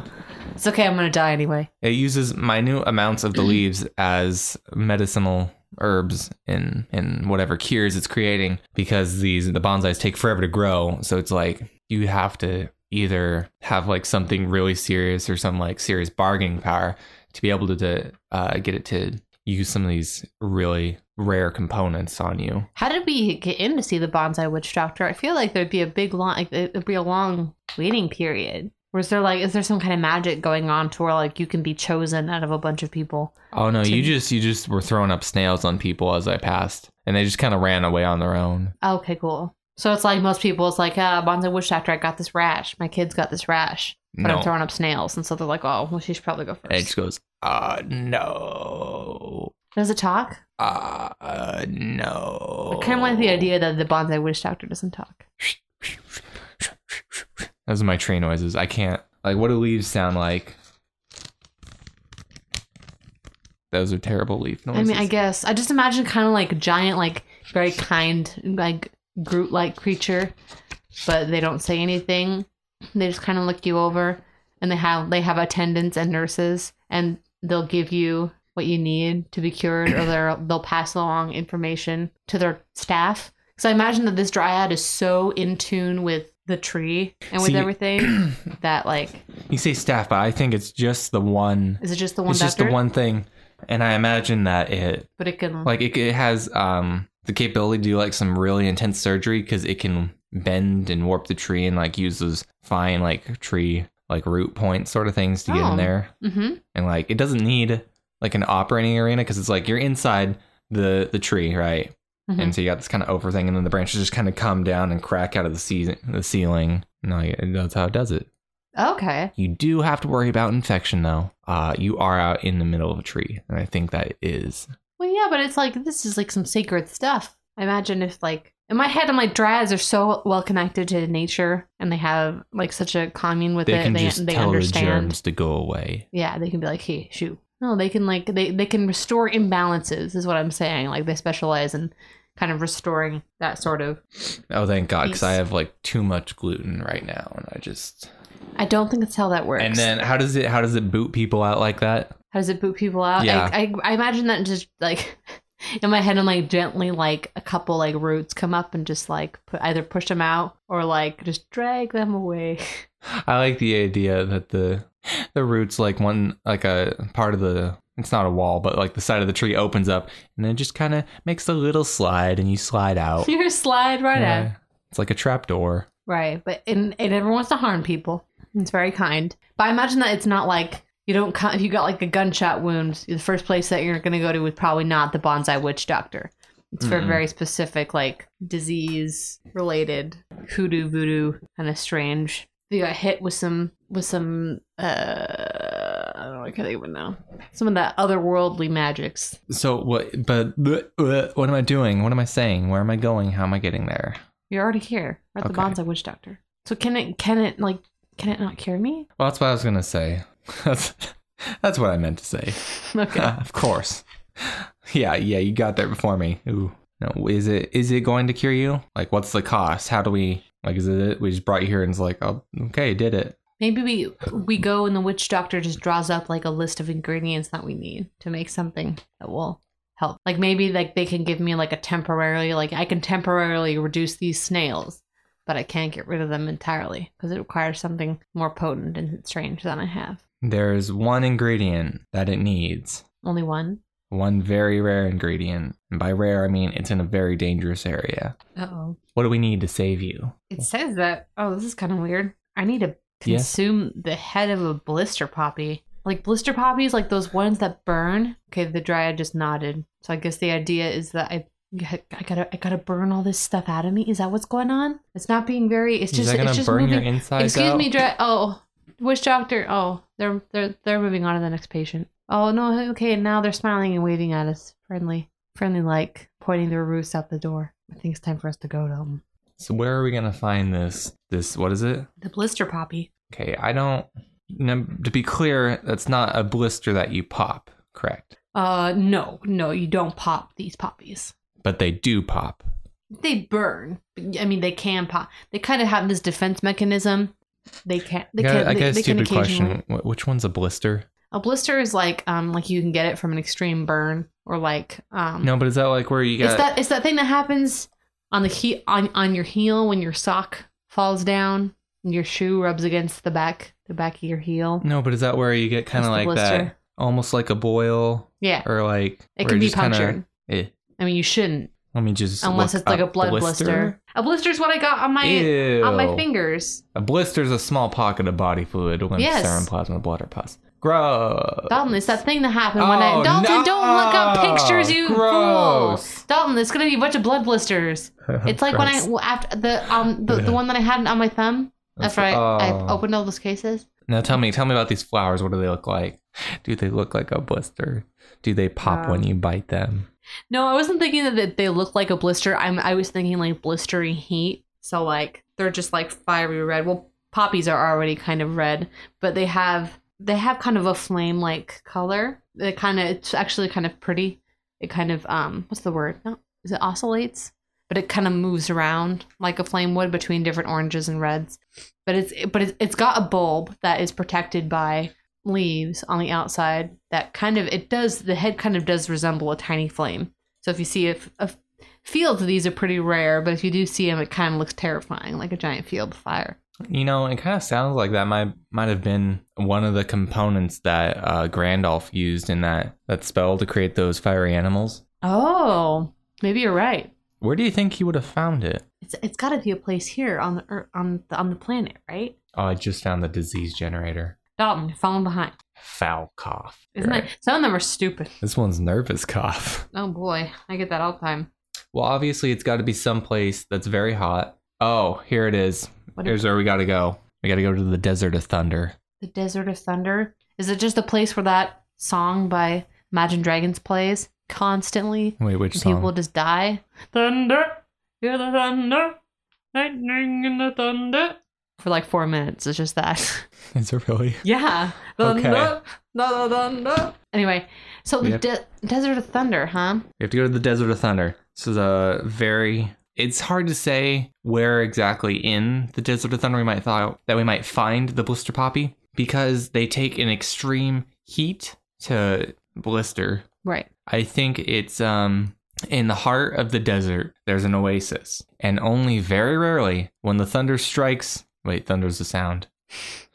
Speaker 2: It's okay. I'm gonna die anyway.
Speaker 1: it uses minute amounts
Speaker 2: Mm-hmm.
Speaker 1: of the leaves as medicinal herbs in in whatever cures it's creating because these the bonsais take forever to grow so it's like you have to either have like something really serious or some like serious bargaining power to be able to, to uh, get it to use some of these really rare components on you
Speaker 2: How did we get in to see the bonsai witch doctor? I feel like there'd be a big long, like, it'd be a long waiting period. Or is there like, is there some kind of magic going on to where like you can be chosen out of a bunch of people?
Speaker 1: oh no
Speaker 2: To-
Speaker 1: you just you just were throwing up snails on people as i passed and they just kind of ran away on their own
Speaker 2: Okay, cool. So it's like most people, it's like, uh, bonsai witch doctor, I got this rash. My kids got this rash, but I'm
Speaker 1: no
Speaker 2: throwing up snails, and so they're like, oh, well, she should probably go first.
Speaker 1: and it just goes uh no
Speaker 2: Does it talk?
Speaker 1: Uh, no.
Speaker 2: I kind of like
Speaker 1: Oh.
Speaker 2: the idea that the bonsai witch doctor doesn't talk.
Speaker 1: Those are my tree noises. I can't. Like, what do leaves sound like? Those are terrible leaf noises.
Speaker 2: I mean, I guess I just imagine kind of like a giant, like very kind, like Groot-like creature, but they don't say anything. They just kind of look you over, and they have they have attendants and nurses, and they'll give you what you need to be cured,
Speaker 1: [clears throat]
Speaker 2: or they'll they'll pass along information to their staff. Because I imagine that this dryad is so in tune with the tree and with
Speaker 1: See- [clears throat]
Speaker 2: everything that like
Speaker 1: [clears throat] You say staff, but I think it's just the one.
Speaker 2: is it just the one
Speaker 1: it's
Speaker 2: doctor?
Speaker 1: just the one thing, and I imagine that it
Speaker 2: but it can
Speaker 1: like it, it has um the capability to do like some really intense surgery because it can bend and warp the tree and like use those fine like tree like root point sort of things to get
Speaker 2: Oh.
Speaker 1: in there.
Speaker 2: hmm
Speaker 1: and like it doesn't need like an operating arena because it's like you're inside the the tree right
Speaker 2: Mhm.
Speaker 1: and so you got this kind of over thing and then the branches just kind of come down and crack out of the season the ceiling no yeah, that's how it does it
Speaker 2: okay.
Speaker 1: you do have to worry about infection though uh you are out in the middle of a tree and i think that is
Speaker 2: Well, yeah, but it's like this is like some sacred stuff. I imagine if like in my head, I'm like dryads are so well connected to nature, and they have like such a commune with
Speaker 1: they
Speaker 2: it.
Speaker 1: can
Speaker 2: They
Speaker 1: just
Speaker 2: they
Speaker 1: tell
Speaker 2: understand.
Speaker 1: the germs to go away
Speaker 2: Yeah, they can be like, hey, shoot. No, they can like they they can restore imbalances. Is what I'm saying. Like they specialize in kind of restoring that sort of.
Speaker 1: oh thank god because i
Speaker 2: Peace.
Speaker 1: have like too much gluten right now and i just
Speaker 2: I don't think that's how that works.
Speaker 1: and then how does it how does it boot people out like that
Speaker 2: How does it boot people out?
Speaker 1: Yeah.
Speaker 2: I, I, I imagine that just like [laughs] in my head, I'm like gently like a couple like roots come up and just like put, either push them out or like just drag them away.
Speaker 1: I like the idea that the the roots like one like a part of the it's not a wall, but like the side of the tree opens up and then it just kind of makes a little slide and you slide out.
Speaker 2: [laughs] You're a slide right
Speaker 1: Oh. Yeah.
Speaker 2: out.
Speaker 1: It's like a trap door.
Speaker 2: Right. But and it never wants to harm people. It's very kind. But I imagine that it's not like you don't come, if you got like a gunshot wound, the first place that you're going to go to is probably not the bonsai witch doctor. It's for
Speaker 1: Mm-mm.
Speaker 2: very specific, like disease related hoodoo voodoo kind of strange. You got hit with some with some uh I don't know, I can't even know. Some of that otherworldly magics.
Speaker 1: So what? But what am I doing? What am I saying? Where am I going? How am I getting there?
Speaker 2: You're already here. We're at the
Speaker 1: Okay.
Speaker 2: bonsai witch doctor. So can it can it like can it not cure me?
Speaker 1: [laughs]
Speaker 2: [laughs] [laughs]
Speaker 1: Well, that's what I was gonna say. That's that's what I meant to say.
Speaker 2: Okay.
Speaker 1: of course. Yeah, yeah, you got there before me. Ooh. No, is it is it going to cure you? Like what's the cost? How do we like is it it we just brought you here and it's like, oh okay, did it.
Speaker 2: Maybe we we go and the witch doctor just draws up like a list of ingredients that we need to make something that will help. Like maybe like they can give me like a temporarily like I can temporarily reduce these snails, but I can't get rid of them entirely because it requires something more potent and strange than I have.
Speaker 1: There's one ingredient that it needs.
Speaker 2: Only one.
Speaker 1: One very rare ingredient. And by rare I mean it's in a very dangerous area.
Speaker 2: Uh oh.
Speaker 1: What do we need to save you?
Speaker 2: It says that. Oh, this is kind of weird. I need to consume the head of a blister poppy. Like blister poppies, like those ones that burn. Okay, the dryad just nodded. So I guess the idea is that I, I gotta, I gotta burn all this stuff out of me. Is that what's going on? It's not being very. It's
Speaker 1: is
Speaker 2: just,
Speaker 1: that gonna
Speaker 2: it's just
Speaker 1: burn
Speaker 2: moving.
Speaker 1: your insides
Speaker 2: Excuse
Speaker 1: out?
Speaker 2: me, dry. Oh, witch doctor. Oh, they're they're they're moving on to the next patient. Oh no. Okay, now they're smiling and waving at us, friendly, friendly like, pointing their roofs out the door. I think it's time for us to go to them.
Speaker 1: So where are we gonna find this? This what is it?
Speaker 2: The blister poppy.
Speaker 1: Okay, I don't. num- to be clear, that's not a blister that you pop, correct?
Speaker 2: Uh, no, no, you don't pop these poppies.
Speaker 1: But they do pop.
Speaker 2: they burn. I mean, they can pop. They kind of have this defense mechanism. They can. They
Speaker 1: I got,
Speaker 2: can.
Speaker 1: I
Speaker 2: they,
Speaker 1: got a
Speaker 2: they can
Speaker 1: stupid
Speaker 2: occasionally.
Speaker 1: question. Wh- Which one's a blister?
Speaker 2: A blister is like um like you can get it from an extreme burn or like um
Speaker 1: No, but is that like where you
Speaker 2: it's
Speaker 1: got?
Speaker 2: that it's that thing that happens on the heel on on your heel when your sock falls down and your shoe rubs against the back the back of your heel.
Speaker 1: no, but is that where you get kind
Speaker 2: It's
Speaker 1: of
Speaker 2: the
Speaker 1: like that,
Speaker 2: blister.
Speaker 1: almost like a boil,
Speaker 2: Yeah,
Speaker 1: or like
Speaker 2: it
Speaker 1: where
Speaker 2: can
Speaker 1: it
Speaker 2: be
Speaker 1: just kinda-
Speaker 2: punctured.
Speaker 1: eh,
Speaker 2: I mean, you shouldn't
Speaker 1: let me just
Speaker 2: unless
Speaker 1: look
Speaker 2: it's like a
Speaker 1: up
Speaker 2: blood blister. A blister is what I got on my
Speaker 1: Ew.
Speaker 2: on my fingers.
Speaker 1: A blister is a small pocket of body fluid, lymph,
Speaker 2: Yes.
Speaker 1: serum, plasma, blood, or pus. Gross.
Speaker 2: Dalton, it's that thing that happened when I
Speaker 1: Oh,
Speaker 2: Dalton, don't look up
Speaker 1: no!
Speaker 2: pictures, you
Speaker 1: Gross.
Speaker 2: fool. Dalton, it's gonna be a bunch of blood blisters. It's like when I well, after the um the, the one that I had on my thumb
Speaker 1: That's-
Speaker 2: after I,
Speaker 1: oh.
Speaker 2: I opened all those cases.
Speaker 1: Now tell me, tell me about these flowers. What do they look like? Do they look like a blister? Do they pop when you bite them?
Speaker 2: No, I wasn't thinking that they- they look like a blister. I'm I was thinking like blistery heat. So like they're just like fiery red. Well, poppies are already kind of red, but they have they have kind of a flame like color. They kind of it's actually kind of pretty. It kind of um what's the word? No, is it oscillates? But it kind of moves around like a flame would between different oranges and reds. But it's but it's, it's got a bulb that is protected by leaves on the outside that kind of it does the head kind of does resemble a tiny flame so if you see a, a field of these are pretty rare but if you do see them it kind of looks terrifying like a giant field of fire
Speaker 1: You know, it kind of sounds like that might might have been one of the components that uh, Grandolph used in that that spell to create those fiery animals.
Speaker 2: oh maybe you're right
Speaker 1: Where do you think he would have found it?
Speaker 2: it's, it's got to be a place here on the earth, on the on the planet right
Speaker 1: Oh, I just found the disease generator.
Speaker 2: dalton you're falling behind
Speaker 1: Foul cough.
Speaker 2: isn't
Speaker 1: Right.
Speaker 2: it some of them are stupid
Speaker 1: This one's nervous cough. [laughs]
Speaker 2: oh boy i get that all the time
Speaker 1: Well, obviously, it's got to be someplace that's very hot. Oh, here it is.
Speaker 2: What
Speaker 1: Here's where we got to go. We got to go to the desert of thunder.
Speaker 2: the desert of thunder is it just the place where that song by imagine dragons plays constantly
Speaker 1: Wait, which
Speaker 2: and
Speaker 1: song?
Speaker 2: people just die. Thunder, hear the thunder, lightning in the thunder. For like four minutes, it's just that.
Speaker 1: [laughs]
Speaker 2: [laughs]
Speaker 1: Is it really?
Speaker 2: yeah.
Speaker 1: Okay.
Speaker 2: Thunder, thunder, thunder. Anyway, so
Speaker 1: Yep.
Speaker 2: de- Desert of Thunder, huh?
Speaker 1: We have to go to the Desert of Thunder. This is a very. It's hard to say where exactly in the Desert of Thunder we might thought that we might find the blister poppy because they take an extreme heat to blister.
Speaker 2: Right.
Speaker 1: I think it's um in the heart of the desert. There's an oasis, and only very rarely when the thunder strikes. Wait, thunder's the sound.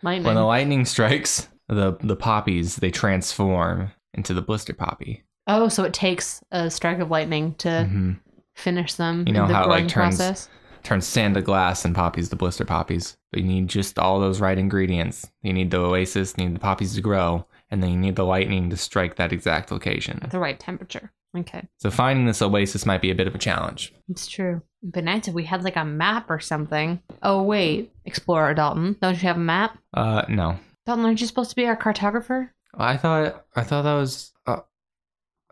Speaker 2: Lightning.
Speaker 1: When the lightning strikes, the the poppies they transform into the blister poppy.
Speaker 2: oh, so it takes a strike of lightning to
Speaker 1: hmm
Speaker 2: finish them.
Speaker 1: You know
Speaker 2: in the
Speaker 1: how it, like,
Speaker 2: growing
Speaker 1: turns-
Speaker 2: Process.
Speaker 1: turn sand to glass and poppies to blister poppies. But you need just all those right ingredients. You need the oasis, you need the poppies to grow, and then you need the lightning to strike that exact location.
Speaker 2: At the right temperature. Okay.
Speaker 1: So finding this oasis might be a bit of a challenge.
Speaker 2: It's true. It'd be nice if we had like a map or something. Oh, wait. Explorer Dalton. Don't you have a map?
Speaker 1: Uh, no.
Speaker 2: Dalton, aren't you supposed to be our cartographer?
Speaker 1: I thought I thought that was. Uh,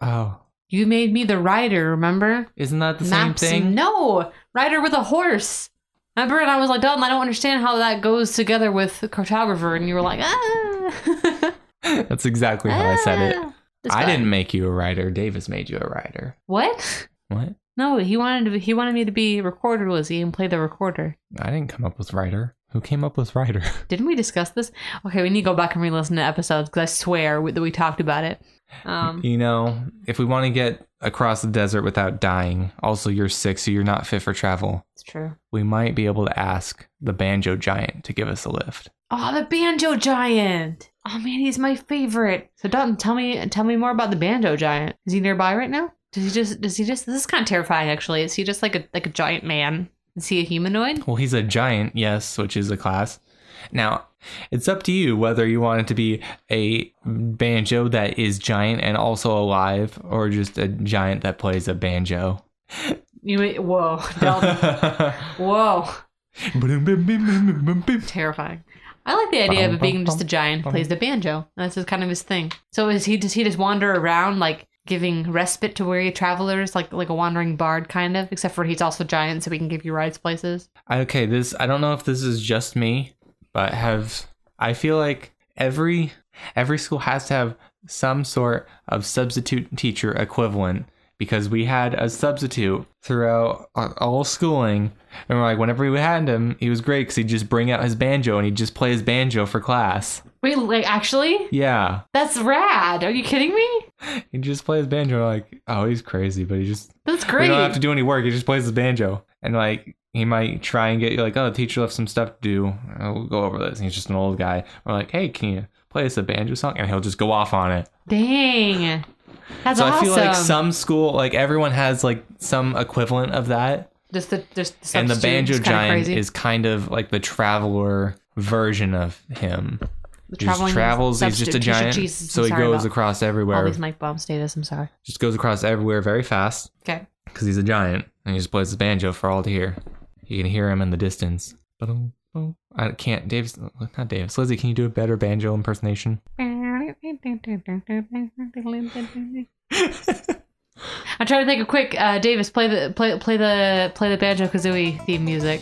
Speaker 1: oh,
Speaker 2: You made me the rider, remember?
Speaker 1: isn't that the
Speaker 2: Maps.
Speaker 1: same [laughs] thing?
Speaker 2: No, rider with a horse. Remember? And I was like, Dalton, I don't understand how that goes
Speaker 1: [laughs]
Speaker 2: together with cartographer. And you were like, ah.
Speaker 1: That's exactly how I said it.
Speaker 2: Ah. This
Speaker 1: I
Speaker 2: guy.
Speaker 1: didn't make you a writer. Davis made you a writer.
Speaker 2: What? [laughs]
Speaker 1: What?
Speaker 2: No, he wanted to, he wanted me to be recorder Lizzie and play the recorder.
Speaker 1: I didn't come up with writer. Who came up with writer? [laughs]
Speaker 2: Didn't we discuss this? Okay, we need to go back and re-listen to episodes because I swear we, that we talked about it. Um,
Speaker 1: you know, if we want to get across the desert without dying, also you're sick, so you're not fit for travel.
Speaker 2: it's true.
Speaker 1: We might be able to ask the banjo giant to give us a lift.
Speaker 2: Oh, the banjo giant. Oh man, he's my favorite. So Dalton, tell me tell me more about the banjo giant. Is he nearby right now? Does he just does he just this is kind of terrifying actually. Is he just like a like a giant man? Is he a humanoid?
Speaker 1: Well, he's a giant, yes, which is a class. Now, it's up to you whether you want it to be a banjo that is giant and also alive, or just a giant that plays a banjo.
Speaker 2: You [laughs] whoa,
Speaker 1: [laughs]
Speaker 2: Dalton. whoa. Terrifying. I like the idea of it being just a giant who plays the banjo. That's just kind of his thing. So is he does he just wander around like giving respite to weary travelers, like like a wandering bard kind of? Except for he's also giant, so he can give you rides places.
Speaker 1: okay, this I don't know if this is just me, but have I feel like every every school has to have some sort of substitute teacher equivalent because we had a substitute throughout our- all schooling and we're like whenever we had him he was great because he'd just bring out his banjo and he'd just play his banjo for class
Speaker 2: Wait, like actually?
Speaker 1: yeah
Speaker 2: That's rad. Are you kidding me?
Speaker 1: he'd just play his banjo and like oh he's crazy but he just
Speaker 2: That's
Speaker 1: We
Speaker 2: great.
Speaker 1: don't have to do any work. He just plays his banjo. And like he might try and get you like, oh, the teacher left some stuff to do. Uh, We'll go over this. And he's just an old guy. We're like, hey, can you play us a banjo song? And he'll just go off on it.
Speaker 2: Dang. That's
Speaker 1: so
Speaker 2: awesome.
Speaker 1: I feel like some school, like everyone has like some equivalent of that.
Speaker 2: just the just the
Speaker 1: and the
Speaker 2: substitute
Speaker 1: banjo
Speaker 2: is kinda
Speaker 1: giant
Speaker 2: crazy.
Speaker 1: is kind of like the traveler version of him.
Speaker 2: the
Speaker 1: He just
Speaker 2: traveling
Speaker 1: travels. He's just
Speaker 2: substitute
Speaker 1: a
Speaker 2: teacher.
Speaker 1: giant.
Speaker 2: Jesus,
Speaker 1: so
Speaker 2: I'm
Speaker 1: he
Speaker 2: sorry
Speaker 1: goes
Speaker 2: about
Speaker 1: across
Speaker 2: all
Speaker 1: everywhere.
Speaker 2: these mic bomb status. I'm sorry.
Speaker 1: Just goes across everywhere very fast.
Speaker 2: Okay.
Speaker 1: because he's a giant and he just plays the banjo for all to hear. You can hear him in the distance. Ba-dum, boom. I can't, Davis, not Davis. Lizzie, can you do a better banjo impersonation?
Speaker 2: I'm trying to think of quick. Uh, Davis, play the play play the play the banjo kazooie theme music.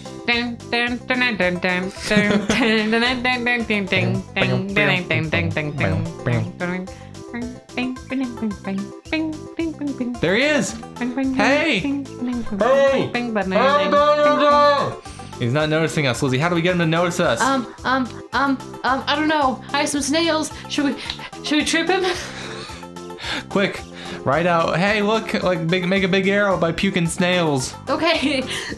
Speaker 1: There he is! Hey!
Speaker 2: Hey!
Speaker 1: He's not noticing us, Lizzie. How do we get him to notice us?
Speaker 2: Um, um, um, um, I don't know. I have some snails. Should we, should we trip him? [laughs]
Speaker 1: Quick, write out, hey, look, like big, make a big arrow by puking snails.
Speaker 2: Okay. [coughs]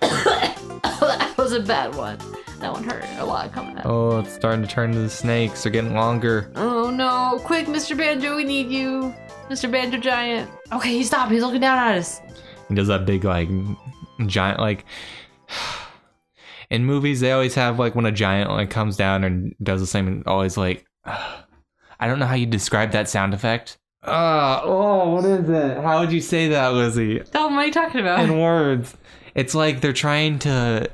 Speaker 2: that was a bad one. That one hurt a lot coming up.
Speaker 1: Oh, it's starting to turn into the snakes. They're getting longer.
Speaker 2: Oh no! Quick, Mr. Banjo, we need you, Mr. Banjo Giant. Okay, he stopped. He's looking down at us.
Speaker 1: He does that big like giant like in movies they always have like when a giant like comes down and does the same and always like [sighs] I don't know how you describe that sound effect. Uh, oh, what is it? How would you say that, Lizzie?
Speaker 2: Tell him what are you talking about?
Speaker 1: [laughs] In words. It's like they're trying to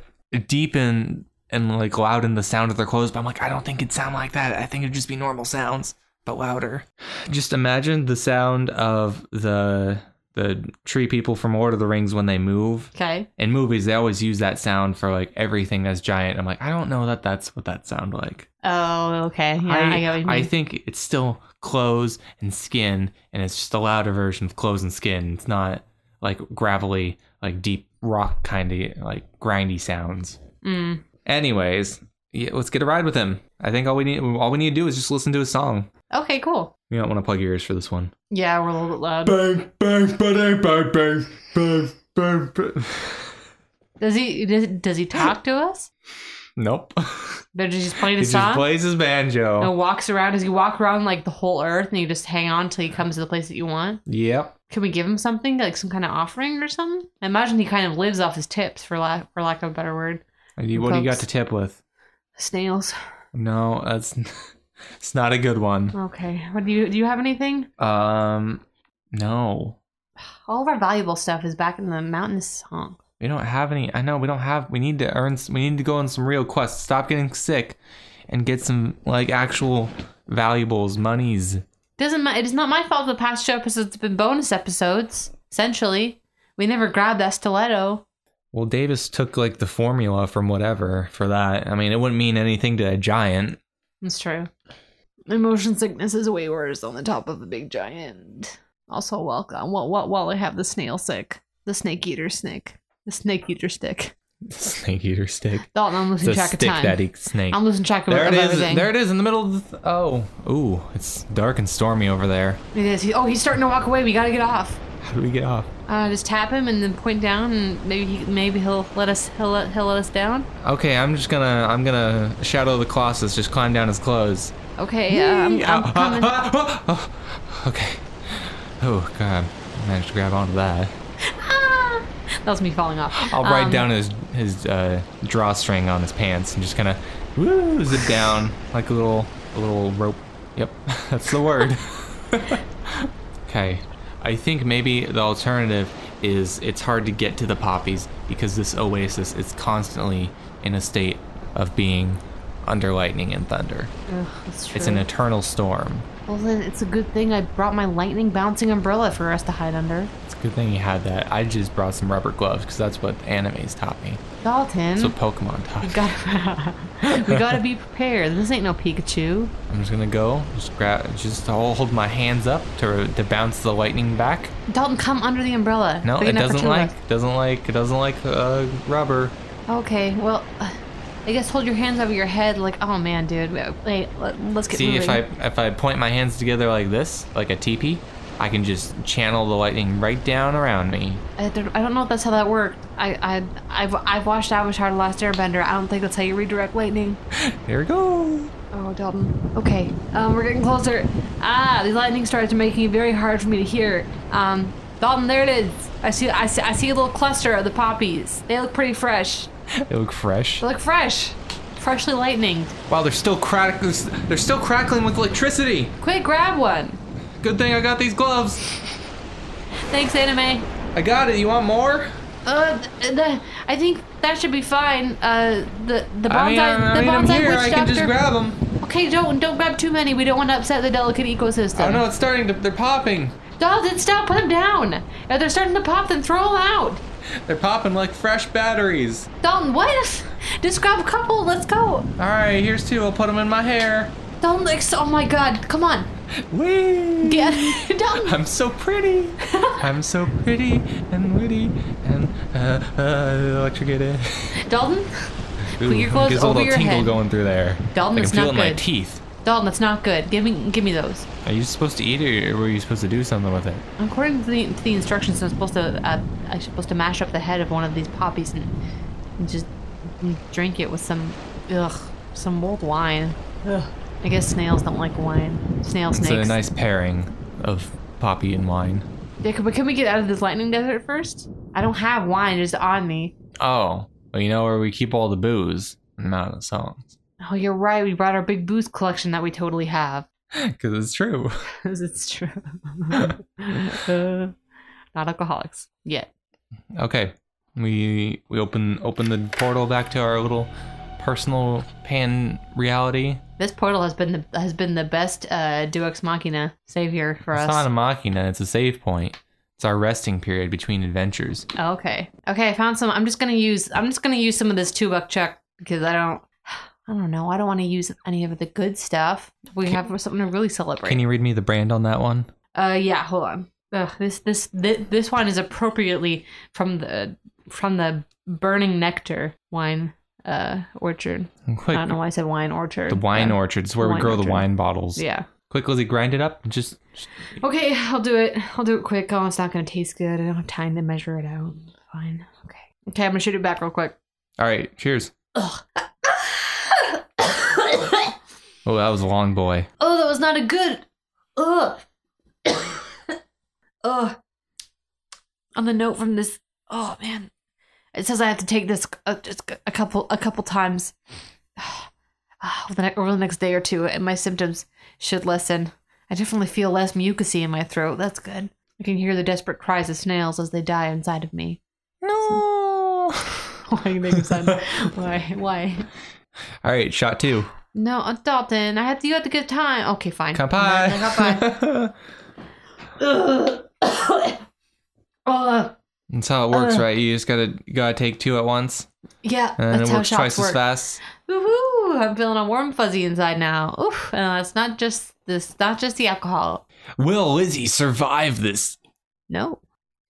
Speaker 1: deepen and like louden the sound of their clothes, but I'm like, I don't think it'd sound like that. I think it'd just be normal sounds, but louder. Just imagine the sound of the the tree people from Lord of the Rings when they move.
Speaker 2: Okay.
Speaker 1: In movies, they always use that sound for like everything that's giant. I'm like, I don't know that that's what that sound like.
Speaker 2: Oh, okay. Yeah, I, get what you
Speaker 1: I, I
Speaker 2: mean.
Speaker 1: think it's still clothes and skin, and it's just a louder version of clothes and skin. It's not like gravelly, like deep rock kind of like grindy sounds.
Speaker 2: Mm.
Speaker 1: Anyways, yeah, let's get a ride with him. I think all we need, all we need to do is just listen to his song.
Speaker 2: Okay, cool.
Speaker 1: You don't want to plug your ears for this one.
Speaker 2: Yeah, we're a little bit loud.
Speaker 1: Bang bang bang bang bang bang bang. bang.
Speaker 2: Does he does, does he talk to us?
Speaker 1: [laughs] Nope. [laughs]
Speaker 2: But does he just play
Speaker 1: He
Speaker 2: the
Speaker 1: just
Speaker 2: song?
Speaker 1: plays his banjo.
Speaker 2: and walks around. Does he walk around like the whole earth and you just hang on till he comes to the place that you want?
Speaker 1: Yep.
Speaker 2: Can we give him something like some kind of offering or something? I imagine he kind of lives off his tips for lack for lack of a better word.
Speaker 1: And you, what do you got
Speaker 2: Folks.
Speaker 1: to tip with?
Speaker 2: Snails.
Speaker 1: No, that's [laughs] it's not a good one.
Speaker 2: Okay. What do you do? You have anything?
Speaker 1: Um, no,
Speaker 2: All of our valuable stuff is back in the mountainous song.
Speaker 1: we don't have any. I know we don't have. We need to earn. s- We need to go on some real quests. Stop getting sick, and get some like actual valuables, monies.
Speaker 2: Doesn't ma- it is not my fault the past show episodes have been bonus episodes. Essentially, we never grabbed that stiletto.
Speaker 1: Well, Davis took like the formula from whatever for that. I mean, it wouldn't mean anything to a giant. [laughs]
Speaker 2: That's true. My motion sickness is way worse on the top of the big giant. Also, welcome. While, while, while I have the snail sick, the snake eater snake, the snake eater stick.
Speaker 1: Snake eater stick.
Speaker 2: Dalton, I'm
Speaker 1: It's a
Speaker 2: losing track of
Speaker 1: stick
Speaker 2: time.
Speaker 1: that eats snake.
Speaker 2: I'm losing track of,
Speaker 1: there
Speaker 2: of
Speaker 1: it is.
Speaker 2: everything.
Speaker 1: There it is in the middle of the. Th- oh, ooh, it's dark and stormy over there.
Speaker 2: it is. He- oh, he's starting to walk away. We gotta get off.
Speaker 1: How do we get off?
Speaker 2: Uh, just tap him and then point down, and maybe he, maybe he'll let us he'll let, he'll let us down.
Speaker 1: Okay, I'm just gonna I'm gonna shadow the Colossus. Just climb down his clothes.
Speaker 2: Okay, uh, I'm,
Speaker 1: Yeah.
Speaker 2: I'm coming.
Speaker 1: [laughs] okay. Oh god, I managed to grab onto that.
Speaker 2: Ah! That was me falling off.
Speaker 1: I'll ride
Speaker 2: Um,
Speaker 1: down his his uh, drawstring on his pants and just kind of woo zip down like a little a little rope. Yep, [laughs] that's the word. [laughs] okay, I think maybe the alternative is it's hard to get to the poppies because this oasis is constantly in a state of being under lightning and thunder.
Speaker 2: Ugh, that's true.
Speaker 1: It's an eternal storm.
Speaker 2: well, then it's a good thing I brought my lightning bouncing umbrella for us to hide under.
Speaker 1: It's a good thing you had that. I just brought some rubber gloves because that's what animes taught me.
Speaker 2: Dalton,
Speaker 1: That's what Pokemon taught me.
Speaker 2: [laughs] gotta, we gotta be prepared. This ain't no Pikachu.
Speaker 1: I'm just gonna go, just grab, just I'll hold my hands up to to bounce the lightning back.
Speaker 2: Dalton, come under the umbrella.
Speaker 1: No,
Speaker 2: They're
Speaker 1: it
Speaker 2: gonna have to
Speaker 1: doesn't
Speaker 2: kill
Speaker 1: like, doesn't like, it doesn't like uh, rubber.
Speaker 2: us. Okay, well, uh, I guess hold your hands over your head. Like, oh man, dude, wait, wait let, us get
Speaker 1: See if I
Speaker 2: moving.
Speaker 1: if I point my hands together like this, like a teepee, I can just channel the lightning right down around me.
Speaker 2: I don't, I don't know if that's how that worked. I, I, I've, I've watched Avatar: The Last Airbender. I don't think that's how you redirect lightning.
Speaker 1: Here we go.
Speaker 2: Oh, Dalton. Okay, um, we're getting closer. Ah, the lightning starts making it very hard for me to hear. Um, Dalton, there it is. I see, I see, I see a little cluster of the poppies. They look pretty fresh.
Speaker 1: They look fresh.
Speaker 2: They look fresh, freshly lightning.
Speaker 1: Wow, they're still crack, they're still crackling with electricity.
Speaker 2: Quick, grab one.
Speaker 1: Good thing I got these gloves.
Speaker 2: Thanks, anime.
Speaker 1: I got it. You want more?
Speaker 2: Uh, th- th- I think that should be fine. Uh, the the bonsai,
Speaker 1: I mean, I, I
Speaker 2: the
Speaker 1: mean, I'm
Speaker 2: bonsai
Speaker 1: here.
Speaker 2: witch
Speaker 1: I can
Speaker 2: doctor.
Speaker 1: just grab them.
Speaker 2: Okay, don't don't grab too many. We don't want to upset the delicate ecosystem.
Speaker 1: Oh no, it's starting to. They're popping.
Speaker 2: Dalton, stop! Put them down. If they're starting to pop, then throw them out.
Speaker 1: They're popping like fresh batteries.
Speaker 2: Dalton, what? Just grab a couple. Let's go.
Speaker 1: All right, here's two. I'll put them in my hair.
Speaker 2: Dalton, ex- oh my God! Come on,
Speaker 1: Whee! [laughs]
Speaker 2: get [laughs] Dalton.
Speaker 1: I'm so
Speaker 2: [laughs]
Speaker 1: pretty. I'm so pretty and witty and uh, uh, electrocuted.
Speaker 2: Dalton,
Speaker 1: Ooh,
Speaker 2: your clothes
Speaker 1: gives a
Speaker 2: over
Speaker 1: little
Speaker 2: your
Speaker 1: tingle
Speaker 2: head.
Speaker 1: going through there.
Speaker 2: Dalton,
Speaker 1: I can
Speaker 2: it's
Speaker 1: feel
Speaker 2: not
Speaker 1: it in my
Speaker 2: good.
Speaker 1: teeth.
Speaker 2: Dalton, that's not good. Give me give me those.
Speaker 1: Are you supposed to eat it, or were you supposed to do something with it?
Speaker 2: According to the, to the instructions, I'm supposed to uh, I'm supposed to mash up the head of one of these poppies and, and just drink it with some ugh some old wine. Ugh. I guess snails don't like wine. Snail
Speaker 1: It's a
Speaker 2: snakes.
Speaker 1: nice pairing of poppy and wine.
Speaker 2: Yeah, can, but can we get out of this lightning desert first? I don't have wine just on me.
Speaker 1: Oh, well, you know where we keep all the booze, not the songs, [laughs]
Speaker 2: Oh, you're right. We brought our big booze collection that we totally have.
Speaker 1: because it's true.
Speaker 2: 'Cause it's
Speaker 1: [laughs]
Speaker 2: true. uh, not alcoholics yet.
Speaker 1: Okay. We we open open the portal back to our little personal pan reality.
Speaker 2: This portal has been the has been the best uh, Duex Machina savior for
Speaker 1: It's
Speaker 2: us.
Speaker 1: not a machina, it's a save point. It's our resting period between adventures.
Speaker 2: Oh, Okay. Okay, I found some. I'm just gonna use. I'm just gonna use some of this two buck chuck because I don't. I don't know. I don't want to use any of the good stuff. We have something to really celebrate.
Speaker 1: Can you read me the brand on that one?
Speaker 2: uh, yeah. Hold on. Ugh, this this this this wine is appropriately from the from the burning nectar wine uh orchard.
Speaker 1: And
Speaker 2: I
Speaker 1: Quick.
Speaker 2: don't know why I said wine orchard.
Speaker 1: The wine
Speaker 2: but-
Speaker 1: orchard. It's where we
Speaker 2: wine
Speaker 1: grow the
Speaker 2: orchard.
Speaker 1: wine bottles.
Speaker 2: Yeah.
Speaker 1: Quick, Lizzie, grind it up. and Just
Speaker 2: Okay, I'll do it. I'll do it quick. Oh, it's not gonna taste good. I don't have time to measure it out. Fine. Okay. Okay, I'm gonna shoot it back real quick. [coughs]
Speaker 1: all right. Cheers.
Speaker 2: Ugh.
Speaker 1: Oh, that was a long boy.
Speaker 2: Oh, that was not a good. Ugh. [coughs] Ugh. On the note from this, oh man, it says I have to take this uh, just a couple a couple times [sighs] Ah, over the, ne- over the next day or two, and my symptoms should lessen. I definitely feel less mucousy in my throat. That's good. I can hear the desperate cries of snails as they die inside of me.
Speaker 1: No.
Speaker 2: [laughs] Why you making sound? Why? Why?
Speaker 1: all right, shot two.
Speaker 2: No, uh, Dalton. I had to. You had to give time. Okay, fine.
Speaker 1: Kampai.
Speaker 2: Kampai. Ugh. [coughs] Ugh.
Speaker 1: [laughs] That's how it works,
Speaker 2: Ugh.
Speaker 1: right? You just gotta you gotta take two at once,
Speaker 2: yeah,
Speaker 1: and
Speaker 2: that's
Speaker 1: it
Speaker 2: how
Speaker 1: works
Speaker 2: shots
Speaker 1: twice as
Speaker 2: work.
Speaker 1: fast.
Speaker 2: Woohoo! Ooh, I'm feeling all warm fuzzy inside now. Oof, and it's not just this, not just the alcohol.
Speaker 1: Will Lizzie survive this?
Speaker 2: No,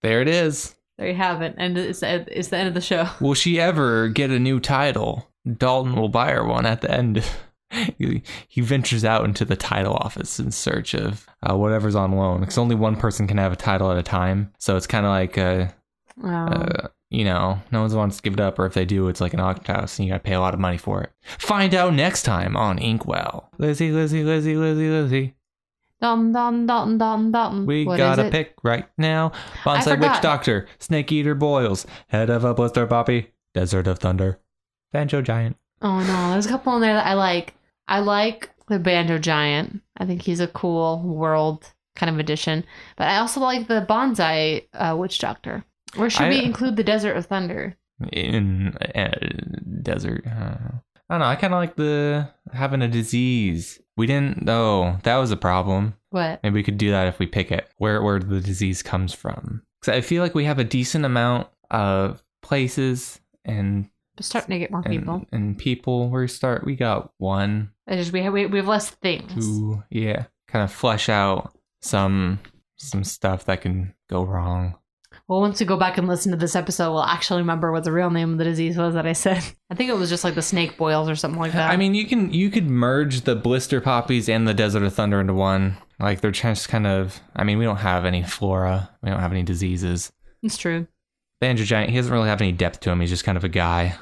Speaker 1: There it is.
Speaker 2: there you have it, and it's it's the end of the show.
Speaker 1: Will she ever get a new title? Dalton will buy her one at the end. [laughs] he, he ventures out into the title office in search of uh, whatever's on loan because only one person can have a title at a time. So it's kind of like, uh,
Speaker 2: Um,
Speaker 1: uh, you know, no one wants to give it up, or if they do, it's like an auction house and you gotta pay a lot of money for it. Find out next time on Inkwell. Lizzie, Lizzie, Lizzie, Lizzie, Lizzie.
Speaker 2: Um, Dum dum dum dum dum.
Speaker 1: We
Speaker 2: What
Speaker 1: got
Speaker 2: is
Speaker 1: a
Speaker 2: it?
Speaker 1: pick right now.
Speaker 2: I
Speaker 1: Bonsai Witch
Speaker 2: forgot.
Speaker 1: Doctor, Snake Eater Boils, Head of a Blister Poppy, Desert of Thunder, Banjo Giant.
Speaker 2: Oh no, there's a couple in there that I like. I like the Banjo Giant. I think he's a cool world kind of addition. But I also like the Bonsai uh, Witch Doctor. Or should
Speaker 1: I-
Speaker 2: we include the Desert of Thunder?
Speaker 1: in uh, desert. Uh, I don't know. I kind of like the having a disease. We didn't. Oh, that was a problem.
Speaker 2: What?
Speaker 1: Maybe we could do that if we pick it where where the disease comes from. Because I feel like we have a decent amount of places and
Speaker 2: It's starting to get more
Speaker 1: and
Speaker 2: people.
Speaker 1: and people. We start. We got one,
Speaker 2: I just we have we, we have less things.
Speaker 1: two. Yeah, kind of flesh out some some stuff that can go wrong.
Speaker 2: Well, once we go back and listen to this episode, we'll actually remember what the real name of the disease was that I said. [laughs] I think it was just like the snake boils or something like that.
Speaker 1: I mean, you can you could merge the blister poppies and the desert of thunder into one. Like they're just kind of. I mean, we don't have any flora. We don't have any diseases.
Speaker 2: it's true.
Speaker 1: Banjo Giant. He doesn't really have any depth to him. He's just kind of a guy.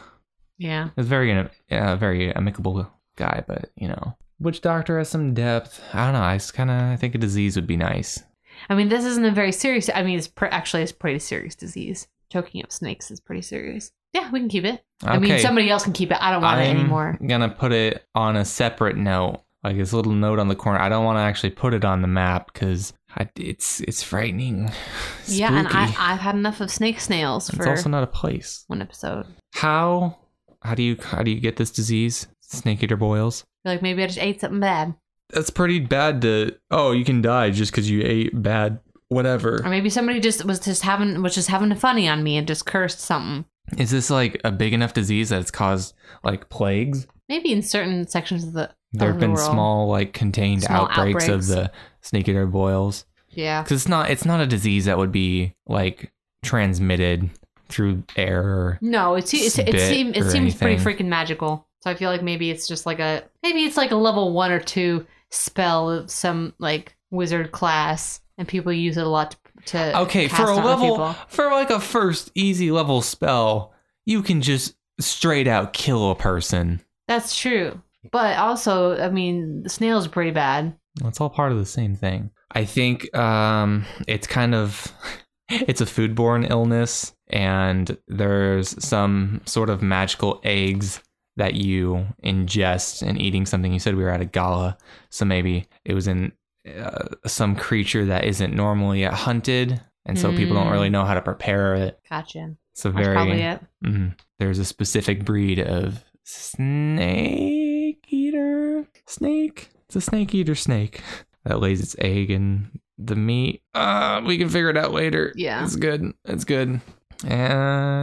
Speaker 2: Yeah.
Speaker 1: He's very a uh, very amicable guy, but you know, witch doctor has some depth. I don't know. I just kind of I think a disease would be nice.
Speaker 2: I mean, this isn't a very serious. I mean, it's pre- actually it's a pretty serious disease. Choking up snakes is pretty serious. Yeah, we can keep it.
Speaker 1: Okay,
Speaker 2: I mean, somebody else can keep it. I don't want it
Speaker 1: I'm
Speaker 2: anymore.
Speaker 1: Gonna put it on a separate note, like this little note on the corner. I don't want to actually put it on the map because it's it's frightening. [sighs]
Speaker 2: Yeah, and I,
Speaker 1: Spooky.
Speaker 2: I've had enough of snake snails
Speaker 1: It's
Speaker 2: for
Speaker 1: also not a place.
Speaker 2: one episode.
Speaker 1: How how do you how do you get this disease? Snake eater boils.
Speaker 2: Feel like maybe I just ate something bad,
Speaker 1: That's pretty bad to Oh, you can die just cuz you ate bad
Speaker 2: or
Speaker 1: whatever.
Speaker 2: maybe somebody just was just having was just having a funny on me and just cursed something.
Speaker 1: Is this like a big enough disease that it's caused like plagues?
Speaker 2: Maybe in certain sections of the
Speaker 1: There
Speaker 2: Of
Speaker 1: have
Speaker 2: the
Speaker 1: been
Speaker 2: world.
Speaker 1: small like contained
Speaker 2: Small
Speaker 1: outbreaks, of
Speaker 2: outbreaks.
Speaker 1: the snake eater boils.
Speaker 2: yeah.
Speaker 1: Cuz it's not it's not a disease that would be like transmitted through air. or-
Speaker 2: No, it seems it,
Speaker 1: Spit
Speaker 2: seem, it
Speaker 1: or
Speaker 2: seems pretty
Speaker 1: anything.
Speaker 2: freaking magical. So I feel like maybe it's just like a maybe it's like a level one or two spell of some like wizard class, and people use it a lot to. to
Speaker 1: Okay,
Speaker 2: cast
Speaker 1: for a
Speaker 2: on other
Speaker 1: level
Speaker 2: people.
Speaker 1: for like a first easy level spell, you can just straight out kill a person.
Speaker 2: That's true, but also I mean, the snail's pretty bad.
Speaker 1: Well, It's all part of the same thing. I think um, it's kind of [laughs] it's a foodborne illness, and there's some sort of magical eggs that you ingest in eating something. You said we were at a gala, so maybe it was in uh, some creature that isn't normally hunted, and so people don't
Speaker 2: Mm.
Speaker 1: really know how to prepare it.
Speaker 2: Gotcha.
Speaker 1: It's a
Speaker 2: That's
Speaker 1: very
Speaker 2: probably it.
Speaker 1: Mhm. There's a specific breed of snake eater snake. It's a snake eater snake [laughs] that lays its egg in the meat. Uh, we can figure it out later.
Speaker 2: Yeah.
Speaker 1: it's good. It's good.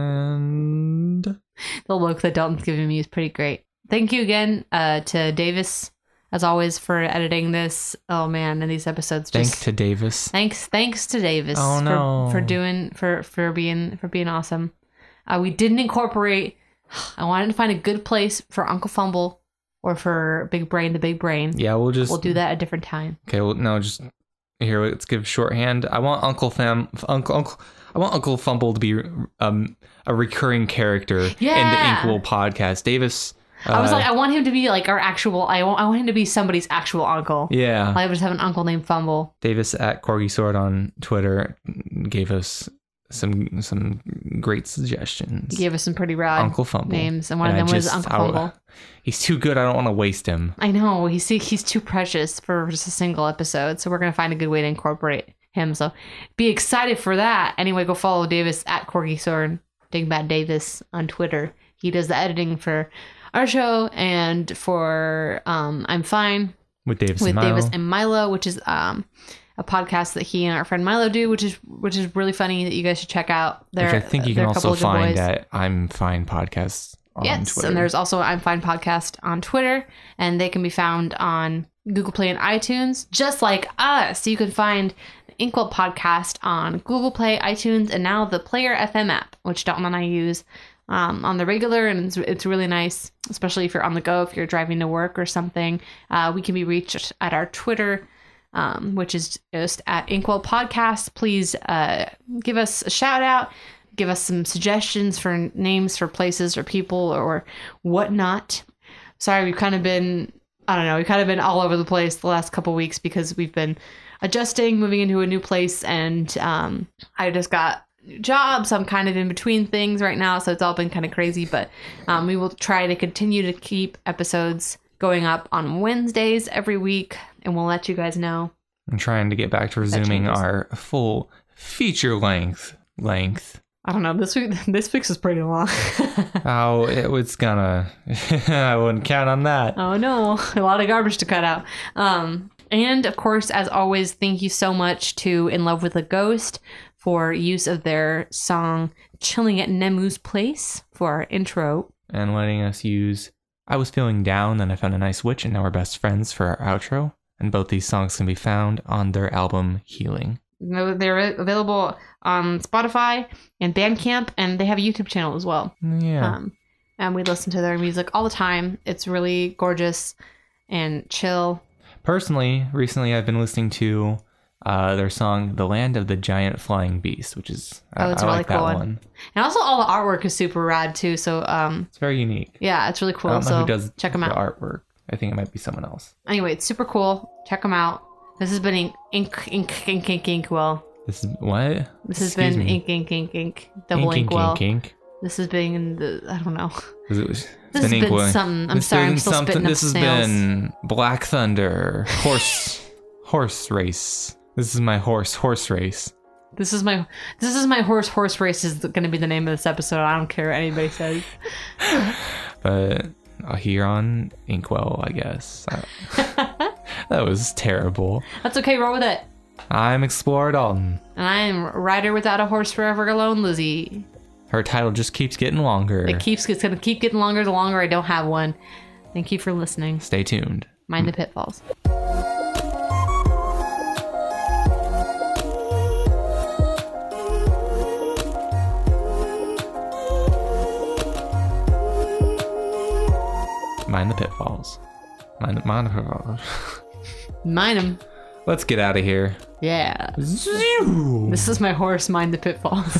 Speaker 1: And
Speaker 2: The look that Dalton's giving me is pretty great. Thank you again uh, to Davis, as always, for editing this. Oh man, and these episodes
Speaker 1: thank
Speaker 2: just
Speaker 1: to Davis.
Speaker 2: Thanks, thanks to Davis.
Speaker 1: Oh, no.
Speaker 2: for, for doing for for being for being awesome. Uh, we didn't incorporate. [sighs] I wanted to find a good place for Uncle Fumble or for Big Brain the Big Brain.
Speaker 1: Yeah, we'll just
Speaker 2: We'll do that a different time.
Speaker 1: Okay, well no, just here. Let's give shorthand. I want Uncle Fam, Uncle Uncle. I want Uncle Fumble to be um, a recurring character
Speaker 2: Yeah.
Speaker 1: in the Inkwell podcast. Davis.
Speaker 2: I was
Speaker 1: uh,
Speaker 2: like, I want him to be like our actual. I want I want him to be somebody's actual uncle.
Speaker 1: yeah.
Speaker 2: I just have an uncle named Fumble.
Speaker 1: Davis at Corgi Sword on Twitter gave us some some great suggestions.
Speaker 2: He gave us some pretty rad
Speaker 1: Uncle Fumble
Speaker 2: names, and one
Speaker 1: And
Speaker 2: of
Speaker 1: I
Speaker 2: them was
Speaker 1: just-
Speaker 2: Uncle
Speaker 1: I-
Speaker 2: Fumble.
Speaker 1: [laughs] He's too good. I don't want to waste him.
Speaker 2: I know he's he's too precious for just a single episode, so we're gonna find a good way to incorporate him. So be excited for that. Anyway, go follow Davis at Corgi Sorn, Dingbat Davis on Twitter. He does the editing for our show and for um, I'm Fine
Speaker 1: With Davis
Speaker 2: with
Speaker 1: and Milo.
Speaker 2: Davis and Milo, which is um, a podcast that he and our friend Milo do, which is which is really funny that you guys should check out.
Speaker 1: which I think you can
Speaker 2: they're a
Speaker 1: also
Speaker 2: couple of good
Speaker 1: find
Speaker 2: boys.
Speaker 1: at I'm Fine Podcasts on
Speaker 2: yes,
Speaker 1: Twitter.
Speaker 2: and there's also I'm Fine podcast on Twitter, and they can be found on Google Play and iTunes, just like us. So you can find the Inkwell podcast on Google Play, iTunes, and now the Player FM app, which Dalton and I use um, on the regular, and it's, it's really nice, especially if you're on the go, if you're driving to work or something. Uh, we can be reached at our Twitter. Um, which is just at Inkwell Podcast. Please uh, give us a shout out give us some suggestions for names for places or people or whatnot. Sorry, we've kind of been, I don't know, we've kind of been all over the place the last couple weeks because we've been adjusting, moving into a new place, and um, I just got jobs. I'm kind of in between things right now, so it's all been kind of crazy, but um, we will try to continue to keep episodes going up on Wednesdays every week, and we'll let you guys know.
Speaker 1: I'm trying to get back to resuming
Speaker 2: changes.
Speaker 1: our full feature length length.
Speaker 2: I don't know. This week, [laughs] this week's was pretty long. [laughs]
Speaker 1: Oh, it was gonna. [laughs] I wouldn't count on that.
Speaker 2: Oh no, a lot of garbage to cut out. Um, and of course, as always, thank you so much to In Love with a Ghost for use of their song Chilling at Nemu's Place for our intro.
Speaker 1: And letting us use I Was Feeling Down, then I Found a Nice Witch, and Now We're Best Friends for our outro. And both these songs can be found on their album Healing.
Speaker 2: No, They're available on Spotify and Bandcamp, and they have a YouTube channel as well.
Speaker 1: Yeah.
Speaker 2: Um, and we listen to their music all the time. It's really gorgeous and chill.
Speaker 1: Personally, recently I've been listening to uh, their song The Land of the Giant Flying Beast, which is, I,
Speaker 2: Oh, it's
Speaker 1: I
Speaker 2: a really
Speaker 1: like
Speaker 2: cool
Speaker 1: that
Speaker 2: one.
Speaker 1: one.
Speaker 2: And also, all the artwork is super rad too. So, um,
Speaker 1: It's very unique.
Speaker 2: yeah, it's really cool.
Speaker 1: I don't know
Speaker 2: so
Speaker 1: who does
Speaker 2: check them
Speaker 1: the
Speaker 2: out.
Speaker 1: artwork. I think it might be someone else.
Speaker 2: Anyway, it's super cool. Check them out. This has been Ink Ink Ink Ink Ink Inkwell.
Speaker 1: This is what?
Speaker 2: This has
Speaker 1: Excuse
Speaker 2: been
Speaker 1: me.
Speaker 2: Ink Ink Ink Ink Double
Speaker 1: Ink, ink,
Speaker 2: Inkwell.
Speaker 1: ink, ink.
Speaker 2: This has been the I don't know. [laughs]
Speaker 1: Is it- it's
Speaker 2: This has been
Speaker 1: Inkwell.
Speaker 2: something. I'm
Speaker 1: This
Speaker 2: sorry, I'm
Speaker 1: been
Speaker 2: still
Speaker 1: something-
Speaker 2: spitting up
Speaker 1: This has
Speaker 2: snails.
Speaker 1: been Black Thunder
Speaker 2: [laughs]
Speaker 1: horse horse race. This is my horse horse race.
Speaker 2: This is my this is my horse horse race is going to be the name of this episode. I don't care what
Speaker 1: [laughs]
Speaker 2: anybody says.
Speaker 1: But uh, here on Inkwell, I guess. I-
Speaker 2: [laughs]
Speaker 1: that was terrible.
Speaker 2: That's okay. Roll with it.
Speaker 1: I'm Explorer Dalton.
Speaker 2: And I am rider without a horse forever alone, Lizzie.
Speaker 1: Her title just keeps getting longer.
Speaker 2: It keeps it's going to keep getting longer the longer I don't have one. Thank you for listening.
Speaker 1: Stay tuned.
Speaker 2: Mind the pitfalls.
Speaker 1: Mind the pitfalls. Mind the, mind the pitfalls.
Speaker 2: Mind them.
Speaker 1: Let's get out of here.
Speaker 2: Yeah. This is my horse mind the pitfalls.